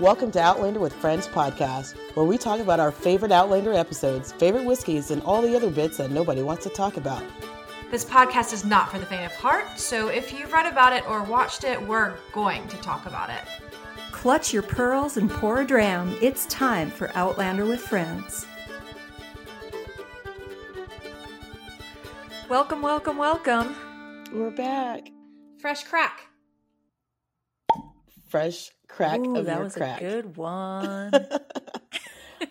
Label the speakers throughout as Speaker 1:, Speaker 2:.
Speaker 1: Welcome to Outlander with Friends podcast, where we talk about our favorite Outlander episodes, favorite whiskeys, and all the other bits that nobody wants to talk about.
Speaker 2: This podcast is not for the faint of heart, so if you've read about it or watched it, we're going to talk about it.
Speaker 3: Clutch your pearls and pour a dram. It's time for Outlander with Friends. Welcome, welcome, welcome.
Speaker 1: We're back.
Speaker 2: Fresh crack.
Speaker 1: Fresh crack
Speaker 3: Ooh,
Speaker 1: of
Speaker 3: that
Speaker 1: your
Speaker 3: was
Speaker 1: crack.
Speaker 3: a good one.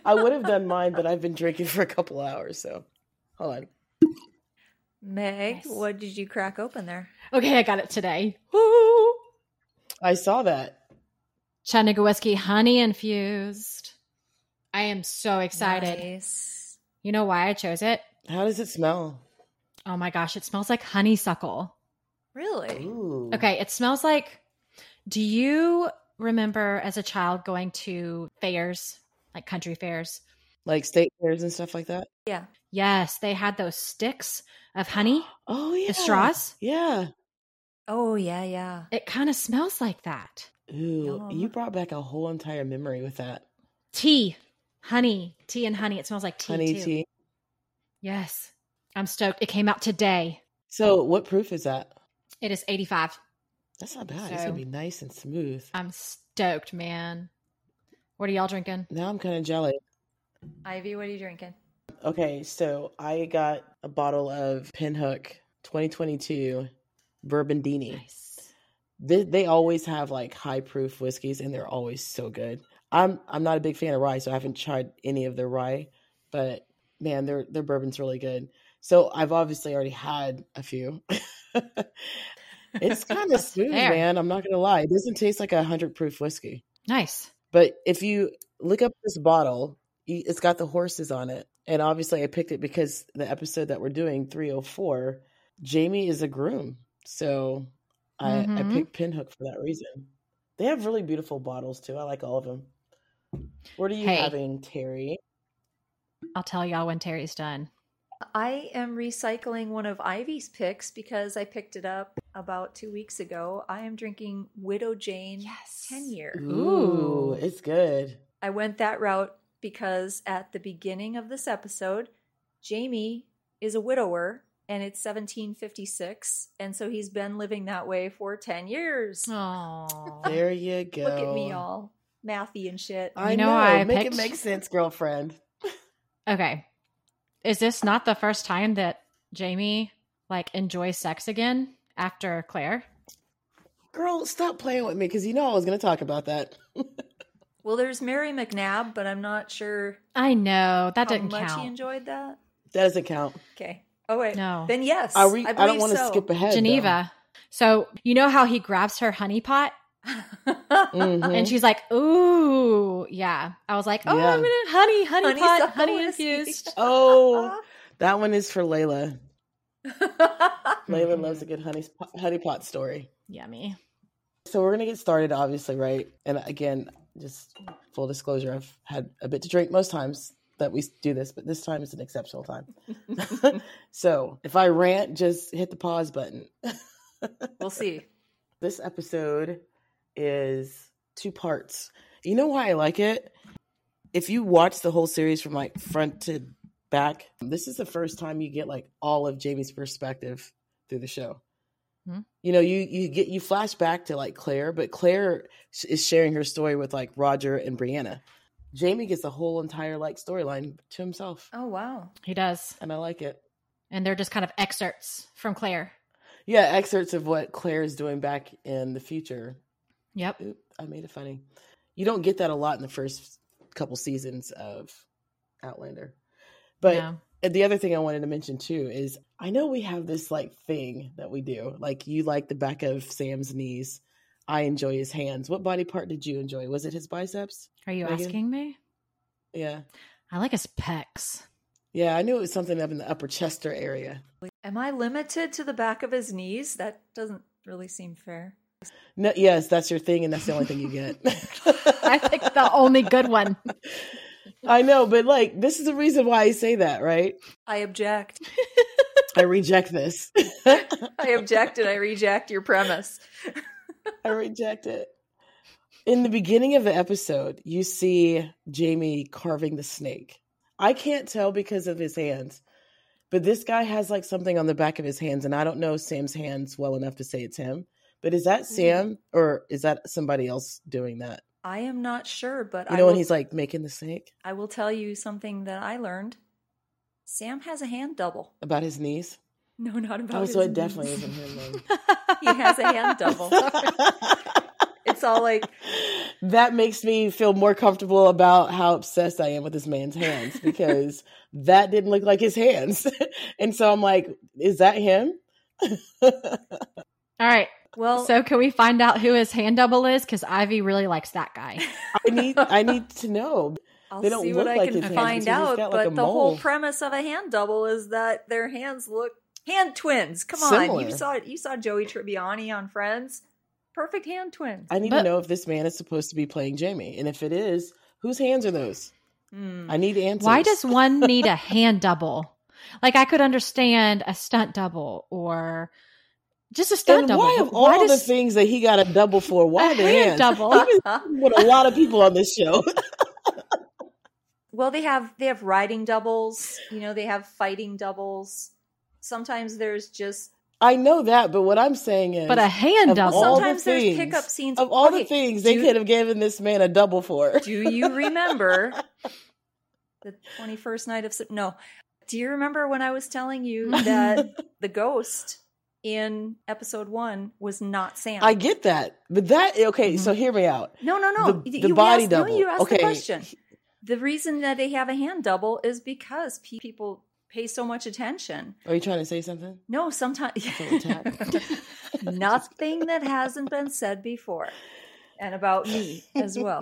Speaker 1: I would have done mine, but I've been drinking for a couple hours, so hold on.
Speaker 3: Meg,
Speaker 4: Nice.
Speaker 3: what did you crack open there?
Speaker 4: Okay, I got it today. Woo!
Speaker 1: I saw that.
Speaker 4: Chattanooga honey infused. I am so excited.
Speaker 3: Nice.
Speaker 4: You know why I chose it?
Speaker 1: How does it smell?
Speaker 4: Oh my gosh, it smells like honeysuckle.
Speaker 3: Really?
Speaker 1: Ooh.
Speaker 4: Okay, it smells like. Do you remember as a child going to fairs, like country fairs?
Speaker 1: Like state fairs and stuff like that?
Speaker 3: Yeah.
Speaker 4: Yes, they had those sticks of honey,
Speaker 1: Oh, yeah.
Speaker 4: the straws.
Speaker 1: Yeah.
Speaker 3: Oh, yeah, yeah.
Speaker 4: It kind of smells like that.
Speaker 1: Ooh,
Speaker 3: Yum.
Speaker 1: you brought back a whole entire memory with that.
Speaker 4: Tea, honey, tea and honey. It smells like tea.
Speaker 1: Honey
Speaker 4: too.
Speaker 1: tea.
Speaker 4: Yes, I'm stoked. It came out today.
Speaker 1: So, what proof is that?
Speaker 4: It is 85.
Speaker 1: That's not bad. It's
Speaker 4: So-
Speaker 1: gonna be nice and smooth.
Speaker 4: I'm stoked, man. What are y'all drinking?
Speaker 1: Now I'm kind of jelly.
Speaker 3: Ivy, what are you drinking?
Speaker 1: Okay, so I got a bottle of Pinhook 2022 Burgundini.
Speaker 4: Nice.
Speaker 1: They, they always have like high proof whiskeys, and they're always so good. I'm I'm not a big fan of rye, so I haven't tried any of their rye, but man, their their bourbon's really good. So I've obviously already had a few. it's kind of smooth,
Speaker 4: fair.
Speaker 1: man. I'm not gonna lie. It doesn't taste like a hundred proof whiskey.
Speaker 4: Nice.
Speaker 1: But if you look up this bottle, y- it's got the horses on it. And obviously, I picked it because the episode that we're doing, 304, Jamie is a groom. So I, I
Speaker 4: Mhm.
Speaker 1: picked Pinhook for that reason. They have really beautiful bottles, too. I like all of them. What are you
Speaker 4: Hey.
Speaker 1: having, Terry?
Speaker 4: I'll tell y'all when Terry's done.
Speaker 3: I am recycling one of Ivy's picks because I picked it up about two weeks ago. I am drinking Widow Jane
Speaker 4: Yes.
Speaker 3: 10 year.
Speaker 1: Ooh,
Speaker 4: Ooh.
Speaker 1: it's good.
Speaker 3: I went that route because at the beginning of this episode, Jamie is a widower and it's 1756. And so he's been living that way for 10 years.
Speaker 4: Oh.
Speaker 1: There you go.
Speaker 3: Look at me all mathy and shit.
Speaker 1: I
Speaker 4: You
Speaker 1: know.
Speaker 4: know, I
Speaker 1: Make it
Speaker 4: picked-
Speaker 1: make sense, girlfriend.
Speaker 4: Okay. Is this not the first time that Jamie like enjoys sex again after Claire?
Speaker 1: Girl, stop playing with me because you know I was going to talk about that.
Speaker 3: Well, there's Mary McNabb, but I'm not sure
Speaker 4: I know that
Speaker 3: how
Speaker 4: didn't
Speaker 3: much
Speaker 4: count.
Speaker 3: he enjoyed that.
Speaker 1: That doesn't count.
Speaker 3: Okay. Oh, wait.
Speaker 4: No.
Speaker 3: Then yes.
Speaker 1: Are we, I, don't
Speaker 3: believe
Speaker 1: want to
Speaker 3: so.
Speaker 1: skip ahead. though.
Speaker 4: Geneva. So you know how he grabs her honey pot
Speaker 1: Mhm.
Speaker 4: and she's like, "Ooh, yeah." I was like, "Oh,
Speaker 1: Yeah.
Speaker 4: I'm gonna honey, honey, pot,
Speaker 3: Honeysuckle
Speaker 4: honey
Speaker 3: whiskey.
Speaker 4: infused."
Speaker 1: Oh, that one is for Layla. Layla
Speaker 4: Mhm.
Speaker 1: loves a good honey sp- honey pot story.
Speaker 4: Yummy.
Speaker 1: So we're gonna get started, obviously, right? And again, just full disclosure, I've had a bit to drink most times that we do this, but this time is an exceptional time. so if I rant, just hit the pause button.
Speaker 3: we'll see.
Speaker 1: this episode is two parts. You know why I like it? If you watch the whole series from like front to back, this is the first time you get like all of Jamie's perspective through the show.
Speaker 4: Hmm.
Speaker 1: You know, you you get you flash back to like Claire, but Claire sh- is sharing her story with like Roger and Brianna. Jamie gets the whole entire like storyline to himself,
Speaker 3: Oh, wow.
Speaker 4: He does.
Speaker 1: and I like it.
Speaker 4: And they're just kind of excerpts from Claire.
Speaker 1: Yeah, excerpts of what Claire is doing back in the future
Speaker 4: Yep.
Speaker 1: Oop, I made it funny. You don't get that a lot in the first couple seasons of Outlander. But
Speaker 4: Yeah.
Speaker 1: the other thing I wanted to mention too is I know we have this like thing that we do. Like you like the back of Sam's knees. I enjoy his hands. What body part did you enjoy? Was it his biceps?
Speaker 4: Are you
Speaker 1: Megan?
Speaker 4: asking me?
Speaker 1: Yeah.
Speaker 4: I like his pecs.
Speaker 1: Yeah, I knew it was something up in the upper chester area.
Speaker 3: Am I limited to the back of his knees? That doesn't really seem fair.
Speaker 1: No, yes, that's your thing, and that's the only thing you get.
Speaker 4: I think the only good one.
Speaker 1: I know, but like, this is the reason why I say that, right?
Speaker 3: I object.
Speaker 1: I reject this.
Speaker 3: I object and I reject your premise.
Speaker 1: I reject it. In the beginning of the episode, you see Jamie carving the snake. I can't tell because of his hands, but this guy has like something on the back of his hands, and I don't know Sam's hands well enough to say it's him. But is
Speaker 3: Mm-hmm.
Speaker 1: that Sam or is that somebody else doing that?
Speaker 3: I am not sure, but
Speaker 1: You
Speaker 3: I
Speaker 1: know,
Speaker 3: will,
Speaker 1: when he's like making the snake
Speaker 3: I will tell you something that I learned. Sam has a hand double.
Speaker 1: about his knees.
Speaker 3: No, not about.
Speaker 1: Oh,
Speaker 3: his
Speaker 1: so it
Speaker 3: knees.
Speaker 1: definitely isn't him. then.
Speaker 3: he has a hand double. it's all like
Speaker 1: that makes me feel more comfortable about how obsessed I am with this man's hands because that didn't look like his hands. and so I'm like, is that him?
Speaker 4: All right.
Speaker 3: well.
Speaker 4: so can we find out who his hand double is? Because Ivy really likes that guy.
Speaker 1: I need I need to know.
Speaker 3: I'll
Speaker 1: they don't
Speaker 3: see what
Speaker 1: look
Speaker 3: I
Speaker 1: like
Speaker 3: can
Speaker 1: his hands
Speaker 3: find
Speaker 1: because he's
Speaker 3: out.
Speaker 1: got, like,
Speaker 3: but
Speaker 1: a
Speaker 3: the whole
Speaker 1: mole.
Speaker 3: premise of a hand double is that their hands look hand twins. Come on,
Speaker 1: Similar.
Speaker 3: you saw you saw Joey Tribbiani on Friends. Perfect hand twins.
Speaker 1: I need to
Speaker 4: But-
Speaker 1: know if this man is supposed to be playing Jamie. And if it is, whose hands are those?
Speaker 3: Hmm.
Speaker 1: I need answers.
Speaker 4: Why does one need a hand double? Like I could understand a stunt double or just a stunt
Speaker 1: and
Speaker 4: double.
Speaker 1: why of all
Speaker 4: Why
Speaker 1: the
Speaker 4: does-
Speaker 1: things that he got a double for? Why
Speaker 4: a
Speaker 1: the
Speaker 4: hand
Speaker 1: hands?
Speaker 4: double?
Speaker 1: He was with a lot of people on this show.
Speaker 3: Well, they have they have riding doubles. You know, they have fighting doubles. Sometimes there's just
Speaker 1: I know that, but what I'm saying is
Speaker 4: but a hand
Speaker 1: Of
Speaker 4: double.
Speaker 1: all the
Speaker 3: sometimes
Speaker 1: things-
Speaker 3: there's pickup scenes
Speaker 1: of all
Speaker 3: Okay,
Speaker 1: the things they
Speaker 3: do-
Speaker 1: could have given this man a double for.
Speaker 3: Do you remember the 21st night of Sep- no? Do you remember when I was telling you that the ghost in episode 1 was not Sam?
Speaker 1: I get that, but that okay.
Speaker 4: Mm-hmm.
Speaker 1: So hear me out.
Speaker 3: No, no, no.
Speaker 1: The-
Speaker 3: You-
Speaker 1: the
Speaker 3: you
Speaker 1: body
Speaker 3: asked,
Speaker 1: double.
Speaker 3: No, you asked
Speaker 1: Okay.
Speaker 3: the question. The reason that they have a hand double is because pe- people pay so much attention.
Speaker 1: Are you trying to say something?
Speaker 3: No, sometimes
Speaker 1: Double tap.
Speaker 3: nothing that hasn't been said before and about me as well.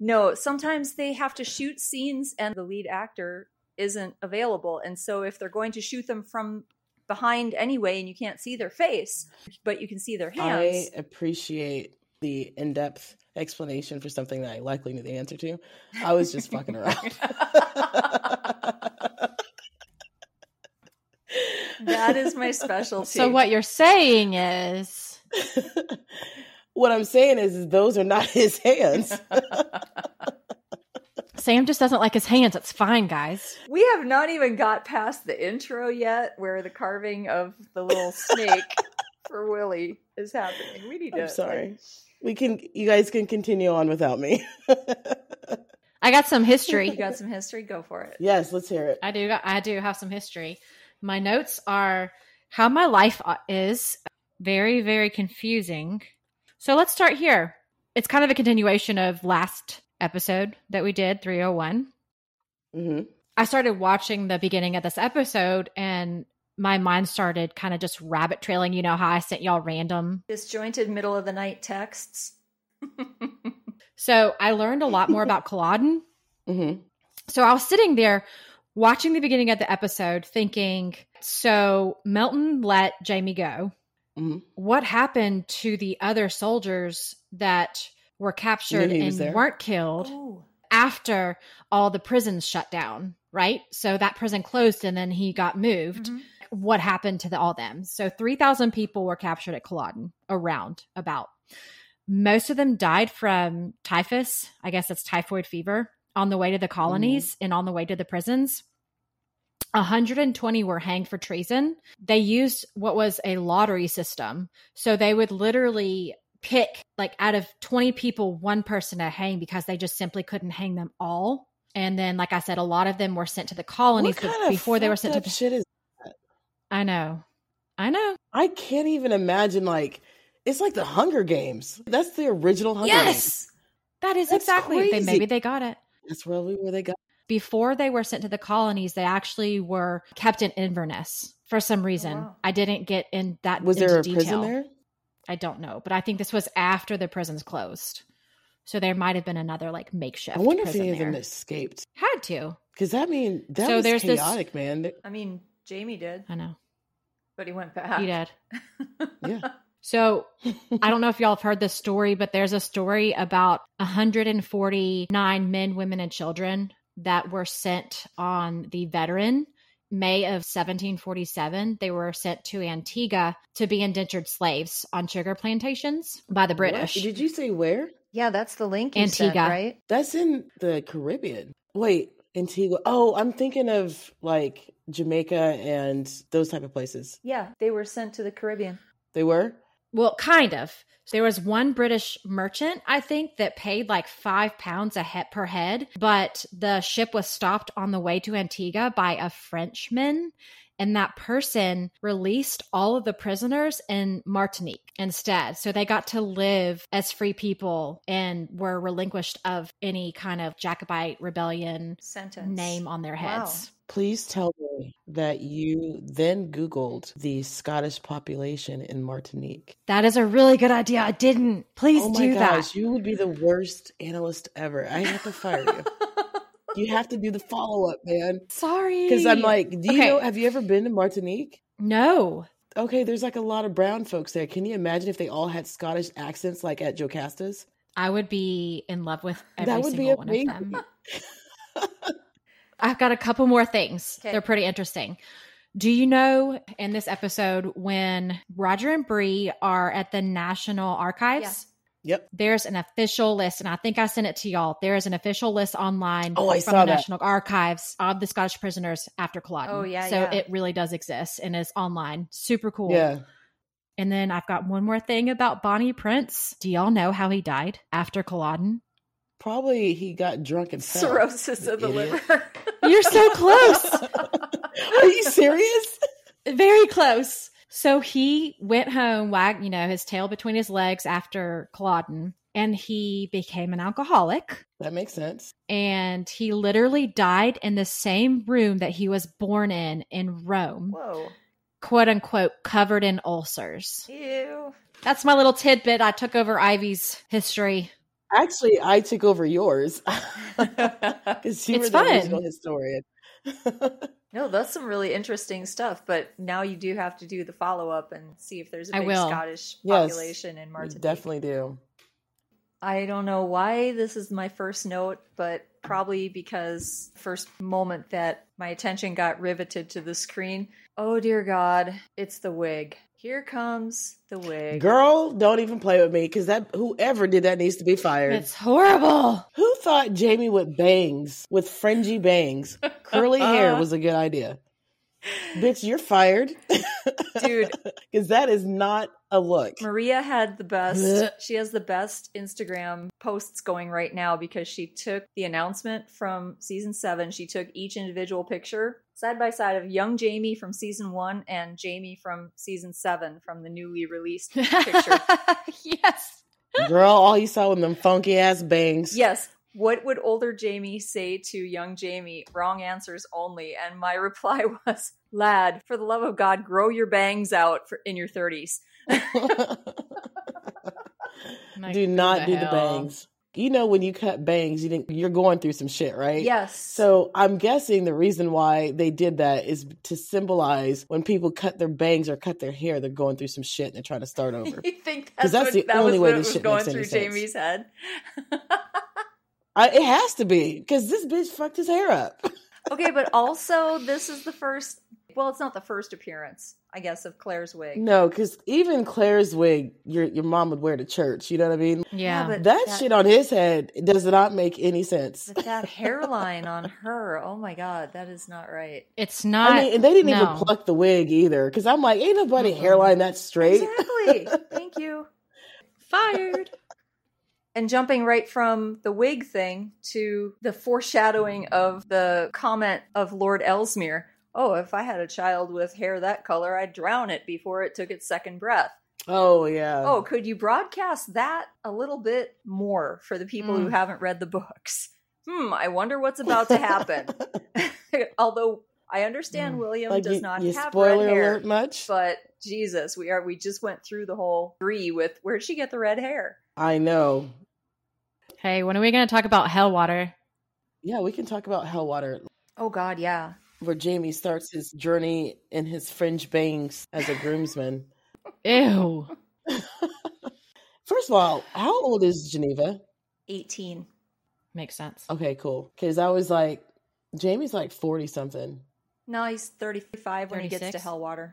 Speaker 3: No, sometimes they have to shoot scenes and the lead actor isn't available. And so if they're going to shoot them from behind anyway and you can't see their face, but you can see their hands.
Speaker 1: I appreciate the in-depth explanation for something that I likely knew the answer to. I was just fucking around.
Speaker 3: that is my specialty.
Speaker 4: So what you're saying is
Speaker 1: what I'm saying is, is those are not his hands.
Speaker 4: Sam just doesn't like his hands. It's fine, guys.
Speaker 3: We have not even got past the intro yet where the carving of the little snake for Willie is happening. We need to
Speaker 1: I'm sorry. We can. You guys can continue on without me.
Speaker 4: I got some
Speaker 3: You
Speaker 4: history.
Speaker 3: got some history? Go for it.
Speaker 1: yes, let's hear it.
Speaker 4: I do. got- I do have some history. My notes are how my life uh, is very, very confusing. So let's start here. It's kind of a continuation of last episode that we did, 301.
Speaker 1: hmm
Speaker 4: I started watching the beginning of this episode and my mind started kind of just rabbit trailing. You know how I sent y'all random
Speaker 3: Disjointed middle of the night texts.
Speaker 4: So I learned a lot more about Culloden.
Speaker 1: hmm
Speaker 4: So I was sitting there watching the beginning of the episode thinking, so Melton let Jamie go.
Speaker 1: Mhm.
Speaker 4: What happened to the other soldiers that were captured
Speaker 1: he was
Speaker 4: and
Speaker 1: there?
Speaker 4: weren't killed
Speaker 3: Oh,
Speaker 4: after all the prisons shut down? Right. So that prison closed and then he got moved. What happened to the, all them? So 3,000 people were captured at Culloden around about. Most of them died from typhus. I guess it's typhoid fever on the way to the colonies
Speaker 1: Mm-hmm.
Speaker 4: and on the way to the prisons. 120 were hanged for treason. They used what was a lottery system. So they would literally pick, like, out of 20 people, one person to hang because they just simply couldn't hang them all. And then, like I said, a lot of them were sent to the colonies
Speaker 1: What
Speaker 4: but
Speaker 1: kind of
Speaker 4: before they were
Speaker 1: fucked
Speaker 4: sent to
Speaker 1: up
Speaker 4: the.
Speaker 1: shit is
Speaker 4: I know. I know.
Speaker 1: I can't even imagine like it's like the Hunger Games. That's the original Hunger Games.
Speaker 3: yes.
Speaker 4: That is
Speaker 1: That's
Speaker 4: exactly. They,
Speaker 1: crazy.
Speaker 4: maybe they got it.
Speaker 1: That's probably where they got.
Speaker 4: Before they were sent to the colonies, they actually were kept in Inverness for some reason.
Speaker 3: wow.
Speaker 4: I didn't get in that.
Speaker 1: Oh, Was
Speaker 4: into
Speaker 1: there a
Speaker 4: detail.
Speaker 1: prison there?
Speaker 4: I don't know, but I think this was after the prisons closed. So there might have been another like makeshift.
Speaker 1: I wonder if
Speaker 4: prison
Speaker 1: any of them
Speaker 4: there.
Speaker 1: escaped.
Speaker 4: had to.
Speaker 1: Because I mean, that
Speaker 4: So
Speaker 1: was
Speaker 4: there's this-
Speaker 1: chaotic, man.
Speaker 3: I mean, Jamie did,
Speaker 4: I know.
Speaker 3: but he went back.
Speaker 4: He did.
Speaker 1: Yeah.
Speaker 4: So I don't know if y'all have heard this story, but there's a story about 149 men, women, and children that were sent on the veteran May of 1747. They were sent to Antigua to be indentured slaves on sugar plantations by the British.
Speaker 1: What? Did you say where?
Speaker 3: Yeah, that's the link you sent,
Speaker 4: Antigua.
Speaker 3: right?
Speaker 1: That's in the Caribbean. Wait, Antigua. Oh, I'm thinking of like Jamaica and those type of places.
Speaker 3: Yeah, they were sent to the Caribbean.
Speaker 1: They were?
Speaker 4: Well, kind of. There was one British merchant, I think, that paid like five pounds a he- per head, but the ship was stopped on the way to Antigua by a Frenchman, and that person released all of the prisoners in Martinique instead. So they got to live as free people and were relinquished of any kind of Jacobite rebellion
Speaker 3: Sentence.
Speaker 4: name on their
Speaker 3: Wow.
Speaker 4: heads.
Speaker 1: Please tell me that you then Googled the Scottish population in Martinique.
Speaker 4: That is a really good idea. I didn't. Please
Speaker 1: oh my
Speaker 4: do
Speaker 1: gosh,
Speaker 4: that.
Speaker 1: you would be the worst analyst ever. I have to fire you. you have to do the follow up, man.
Speaker 4: Sorry.
Speaker 1: Because I'm like, do you
Speaker 4: Okay.
Speaker 1: know? Have you ever been to Martinique?
Speaker 4: no.
Speaker 1: Okay, there's like a lot of brown folks there. Can you imagine if they all had Scottish accents, like at Jocasta's?
Speaker 4: I would be in love with every
Speaker 1: That would be
Speaker 4: single one of
Speaker 1: amazing.
Speaker 4: them. I've got a couple more things.
Speaker 3: Okay.
Speaker 4: They're pretty interesting. Do you know in this episode when Roger and Bree are at the National Archives?
Speaker 3: Yeah.
Speaker 1: Yep.
Speaker 4: There's an official list, and I think I sent it to y'all. There is an official list online
Speaker 1: Oh, I saw
Speaker 4: from the
Speaker 1: that.
Speaker 4: National Archives of the Scottish prisoners after Culloden.
Speaker 3: Oh, yeah,
Speaker 4: so
Speaker 3: yeah.
Speaker 4: it really does exist and is online. Super cool.
Speaker 1: Yeah.
Speaker 4: And then I've got one more thing about Bonnie Prince. Do y'all know how he died after Culloden?
Speaker 1: Probably he got drunk and fell.
Speaker 3: Cirrhosis of the
Speaker 1: Idiot.
Speaker 3: liver.
Speaker 4: You're so close.
Speaker 1: Are you serious?
Speaker 4: Very close. So he went home, wagged, you know, his tail between his legs after Culloden, and he became an alcoholic.
Speaker 1: That makes sense.
Speaker 4: And he literally died in the same room that he was born in in Rome,
Speaker 3: Whoa.
Speaker 4: quote unquote, covered in ulcers.
Speaker 3: Ew.
Speaker 4: That's my little tidbit. I took over Ivy's history.
Speaker 1: Actually, I took over yours because you
Speaker 4: It's
Speaker 1: were the
Speaker 4: fun.
Speaker 1: original historian.
Speaker 3: No, that's some really interesting stuff, but now you do have to do the follow up and see if there's a
Speaker 4: I
Speaker 3: big
Speaker 4: will.
Speaker 3: Scottish
Speaker 1: Yes.
Speaker 3: population in
Speaker 1: you
Speaker 3: Martinique.
Speaker 1: definitely do.
Speaker 3: I don't know why this is my first note, but probably because first moment that my attention got riveted to the screen. Oh dear God, it's the wig. Here comes the wig.
Speaker 1: Girl, don't even play with me because that whoever did that needs to be fired.
Speaker 4: It's horrible.
Speaker 1: Who thought Jamie with bangs, with fringy bangs, curly hair was a good idea? Bitch, you're fired
Speaker 3: Dude,
Speaker 1: because that is not a look.
Speaker 3: Maria had the
Speaker 1: Blech.
Speaker 3: best. She has the best Instagram posts going right now because she took the announcement from season seven. She took each individual picture side by side of young Jamie from season one and Jamie from season seven from the newly released picture.
Speaker 4: yes.
Speaker 1: Girl, all you saw was them funky ass bangs.
Speaker 3: yes. What would older Jamie say to young Jamie? Wrong answers only. And my reply was, lad, for the love of God, grow your bangs out for, in your 30s.
Speaker 4: Like,
Speaker 1: do
Speaker 4: who
Speaker 1: not do the
Speaker 4: hell?
Speaker 1: bangs. You know when you cut bangs, you think you're going through some shit, right?
Speaker 3: Yes.
Speaker 1: So I'm guessing the reason why they did that is to symbolize when people cut their bangs or cut their hair, they're going through some shit and they're trying to start over.
Speaker 3: you think
Speaker 1: 'Cause
Speaker 3: that's,
Speaker 1: that's
Speaker 3: what,
Speaker 1: the
Speaker 3: that
Speaker 1: only
Speaker 3: was
Speaker 1: way
Speaker 3: what
Speaker 1: this
Speaker 3: was
Speaker 1: shit
Speaker 3: going
Speaker 1: makes any
Speaker 3: through
Speaker 1: sense.
Speaker 3: Jamie's head?
Speaker 1: I, it has to be because this bitch fucked his hair up.
Speaker 3: okay, but also this is the first. Well, it's not the first appearance, I guess, of Claire's wig.
Speaker 1: No, because even Claire's wig, your your mom would wear to church. You know what I mean?
Speaker 4: Yeah.
Speaker 3: but
Speaker 1: That, shit on his head does not make any sense.
Speaker 3: but that hairline on her. Oh my god, that is not right.
Speaker 4: it's
Speaker 1: I,
Speaker 4: not.
Speaker 1: mean, and they didn't even
Speaker 4: no.
Speaker 1: pluck the wig either. Because I'm like, ain't nobody hairline that straight.
Speaker 3: Exactly. Thank you.
Speaker 4: Fired.
Speaker 3: And jumping right from the wig thing to the foreshadowing of the comment of Lord Ellesmere. Oh, if I had a child with hair that color, I'd drown it before it took its second breath.
Speaker 1: Oh yeah.
Speaker 3: Oh, could you broadcast that a little bit more for the people
Speaker 1: Hmm.
Speaker 3: who
Speaker 4: Mm.
Speaker 3: haven't read the books? Hmm, I wonder what's about to happen. Although I understand
Speaker 4: Mm.
Speaker 3: William
Speaker 1: Hmm. like
Speaker 3: does
Speaker 1: you,
Speaker 3: not
Speaker 1: you
Speaker 3: have
Speaker 1: spoiler
Speaker 3: red hair,
Speaker 1: alert much?
Speaker 3: but Jesus, we are we just went through the whole three with where'd she get the red hair?
Speaker 1: I know.
Speaker 4: Hey, when are we going to talk about Hellwater?
Speaker 1: Yeah, we can talk about Hellwater,
Speaker 3: Oh God, yeah.
Speaker 1: where Jamie starts his journey in his fringe bangs as a groomsman.
Speaker 4: Ew.
Speaker 1: First of all, how old is Geneva?
Speaker 3: Eighteen.
Speaker 4: Makes sense.
Speaker 1: Okay, cool. Because I was like, Jamie's like forty something.
Speaker 3: No, he's thirty-five when he gets
Speaker 4: 36?
Speaker 3: to Hellwater.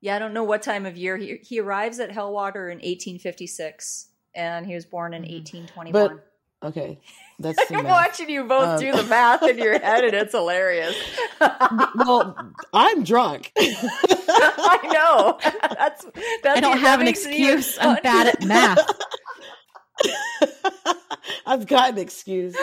Speaker 3: Yeah, I don't know what time of year he he arrives at Hellwater in eighteen fifty-six. and he was born in
Speaker 2: Mhm.
Speaker 3: 1821.
Speaker 1: But okay, that's the
Speaker 3: I'm
Speaker 1: math.
Speaker 3: watching you
Speaker 1: Um,
Speaker 3: both do the math in your head, and it's hilarious.
Speaker 1: well, I'm drunk.
Speaker 3: I know. That's that's
Speaker 4: I don't
Speaker 3: that
Speaker 4: have an
Speaker 3: makes it even
Speaker 4: excuse. I'm
Speaker 3: fun.
Speaker 4: bad at math.
Speaker 1: I've got an excuse,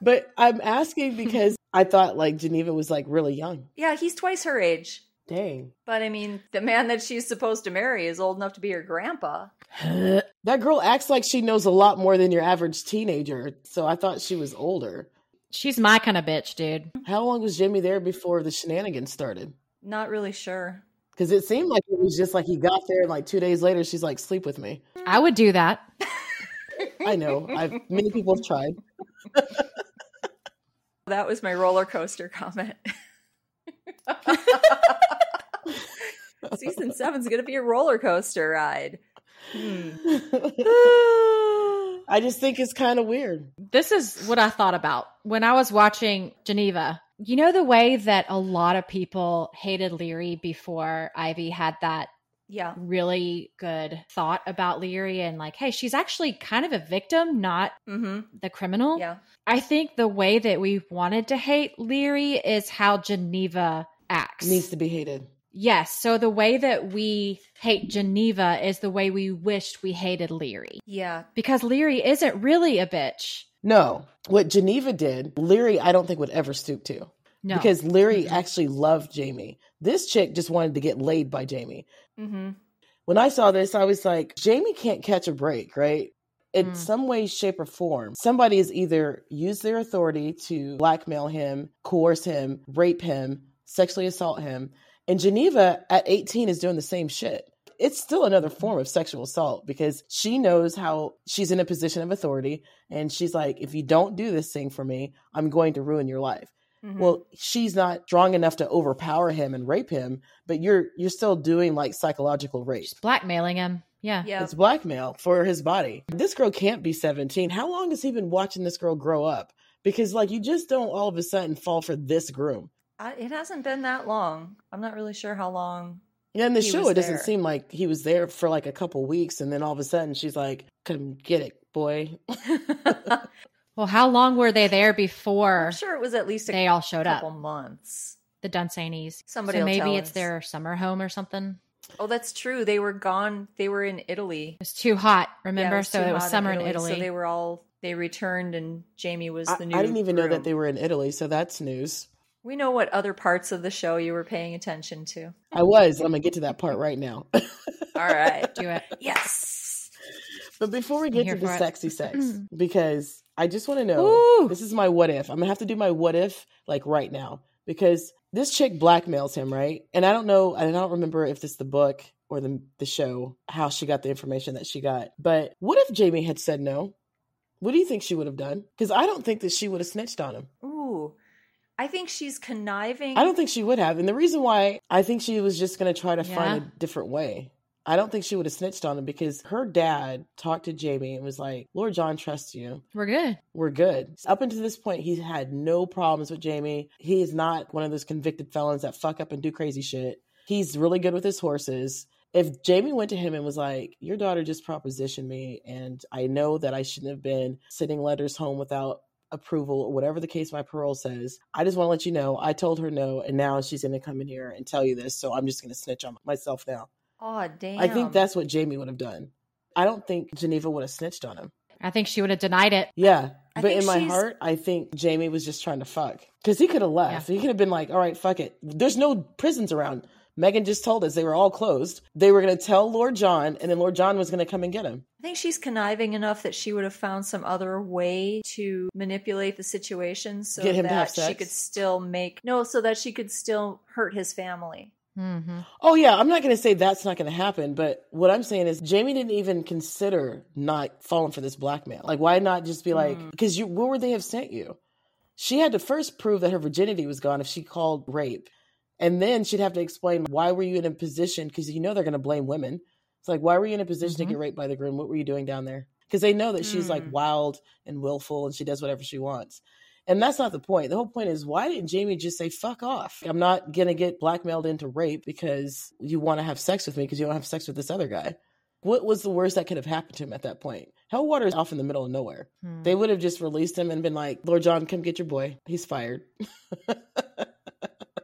Speaker 1: but I'm asking because I thought like Geneva was like really young.
Speaker 3: Yeah, he's twice her age.
Speaker 1: Dang,
Speaker 3: But I mean, the man that she's supposed to marry is old enough to be her grandpa.
Speaker 1: that girl acts like she knows a lot more than your average teenager. So I thought she was older.
Speaker 4: She's my kind of bitch, dude.
Speaker 1: How long was Jimmy there before the shenanigans started?
Speaker 3: Not really sure.
Speaker 1: Because it seemed like it was just like he got there, and like two days later, she's like, "Sleep with me."
Speaker 4: I would do that.
Speaker 1: I know. I've many people have tried.
Speaker 3: That was my roller coaster comment. Season seven's gonna be a roller coaster ride. Hmm.
Speaker 1: I just think it's kind of weird.
Speaker 4: This is what I thought about when I was watching Geneva. You know, the way that a lot of people hated Leary before Ivy had that
Speaker 3: Yeah.
Speaker 4: really good thought about Leary and, like, hey, she's actually kind of a victim, not
Speaker 3: Mm-hmm.
Speaker 4: the criminal.
Speaker 3: Yeah.
Speaker 4: I think the way that we wanted to hate Leary is how Geneva acts.
Speaker 1: Needs to be hated.
Speaker 4: yes. So the way that we hate Geneva is the way we wished we hated Leary
Speaker 3: Yeah.
Speaker 4: because Leary isn't really a bitch.
Speaker 1: No, what Geneva did, Leary, I don't think would ever stoop to
Speaker 4: No.
Speaker 1: because Leary
Speaker 4: Mhm.
Speaker 1: actually loved Jamie. This chick just wanted to get laid by Jamie.
Speaker 3: Mm-hmm.
Speaker 1: When I saw this, I was like, Jamie can't catch a break, right? In
Speaker 4: Mm.
Speaker 1: some way, shape, or form, somebody has either used their authority to blackmail him, coerce him, rape him, sexually assault him. And Geneva at 18 is doing the same shit. It's still another form of sexual assault because she knows how she's in a position of authority. And she's like, if you don't do this thing for me, I'm going to ruin your life.
Speaker 3: Mm-hmm. Hmm.
Speaker 1: Well, she's not strong enough to overpower him and rape him, but you're you're still doing like psychological rape.
Speaker 4: She's blackmailing him. Yeah.
Speaker 3: yeah.
Speaker 1: It's blackmail for his body. This girl can't be 17. How long has he been watching this girl grow up? Because like you just don't all of a sudden fall for this groom.
Speaker 3: I, it hasn't been that long. I'm not really sure how long.
Speaker 1: Yeah, in the
Speaker 3: He
Speaker 1: show,
Speaker 3: was
Speaker 1: it doesn't
Speaker 3: there.
Speaker 1: seem like he was there for like a couple weeks, and then all of a sudden she's like, "Come get it, boy."
Speaker 3: I'm
Speaker 4: Well, how long were they there before
Speaker 3: sure it was at least a
Speaker 4: they all showed
Speaker 3: couple
Speaker 4: up?
Speaker 3: months.
Speaker 4: The Dunsanies.
Speaker 3: Somebody
Speaker 4: so
Speaker 3: will
Speaker 4: maybe
Speaker 3: tell
Speaker 4: it's
Speaker 3: us.
Speaker 4: their summer home or something.
Speaker 3: Oh, that's true. They were gone. They were in Italy.
Speaker 4: It was too hot,
Speaker 3: Yeah,
Speaker 4: remember? so
Speaker 3: too
Speaker 4: it was
Speaker 3: hot
Speaker 4: summer in Italy.
Speaker 3: So they were all they returned, and Jamie was
Speaker 1: I,
Speaker 3: the new.
Speaker 1: I didn't even know that
Speaker 3: groom.
Speaker 1: they were in Italy, so that's news.
Speaker 3: We know what other parts of the show you were paying attention to.
Speaker 1: I was. I'm gonna get to that part right now.
Speaker 3: All right.
Speaker 4: Do it.
Speaker 3: yes.
Speaker 1: But before we
Speaker 4: I'm
Speaker 1: get
Speaker 4: here
Speaker 1: to the
Speaker 4: for it.
Speaker 1: sexy sex,
Speaker 3: Mm-hmm.
Speaker 1: because I just want to know
Speaker 3: Oh.
Speaker 4: Ooh.
Speaker 1: this is my what if. I'm gonna have to do my what if like right now because this chick blackmails him, right? And I don't know, and I don't remember if this is the book or the the show how she got the information that she got. But what if Jamie had said no? What do you think she would have done? Because I don't think that she would have snitched on him.
Speaker 3: Ooh, I think she's conniving.
Speaker 1: I don't think she would have. And the reason why I think she was just going to try to find
Speaker 4: Yeah.
Speaker 1: a different way. I don't think she would have snitched on him because her dad talked to Jamie and was like, Lord John trusts you.
Speaker 4: We're good.
Speaker 1: we're good. Up until this point, he's had no problems with Jamie. He is not one of those convicted felons that fuck up and do crazy shit. He's really good with his horses. If Jamie went to him and was like, Your daughter just propositioned me, and I know that I shouldn't have been sending letters home without approval or whatever the case my parole says, I just want to let you know I told her no, and now she's going to come in here and tell you this. So I'm just going to snitch on myself now.
Speaker 3: Oh, damn.
Speaker 1: I think that's what Jamie would have done. I don't think Geneva would have snitched on him.
Speaker 4: I think she would have denied it.
Speaker 1: Yeah.
Speaker 3: I
Speaker 1: but
Speaker 3: think
Speaker 1: in my
Speaker 3: she's-
Speaker 1: heart, I think Jamie was just trying to fuck. Because he could have left. He could have been like, all right, fuck it. There's no prisons around. Megan just told us they were all closed. They were going to tell Lord John, and then Lord John was going to come and get him.
Speaker 3: I think she's conniving enough that she would have found some other way to manipulate the situation so
Speaker 1: Get him to have
Speaker 3: that she
Speaker 1: sex?
Speaker 3: could still make no, so that she could still hurt his family.
Speaker 4: hmm
Speaker 1: Oh, yeah. I'm not going to say that's not going to happen. But what I'm saying is, Jamie didn't even consider not falling for this blackmail. Like, why not just be like, because you, where would they have sent you? She had to first prove that her virginity was gone if she called rape. And then she'd have to explain why were you in a position because you know they're going to blame women. It's like why were you in a position
Speaker 4: Mhm.
Speaker 1: to get raped by the groom? What were you doing down there? Because they know that she's like
Speaker 3: Mm.
Speaker 1: wild and willful and she does whatever she wants. And that's not the point. The whole point is why didn't Jamie just say fuck off? I'm not going to get blackmailed into rape because you want to have sex with me because you don't have sex with this other guy. What was the worst that could have happened to him at that point? Hellwater is off in the middle of nowhere.
Speaker 4: Hmm.
Speaker 1: They would have just released him and been like, Lord John, come get your boy. He's fired.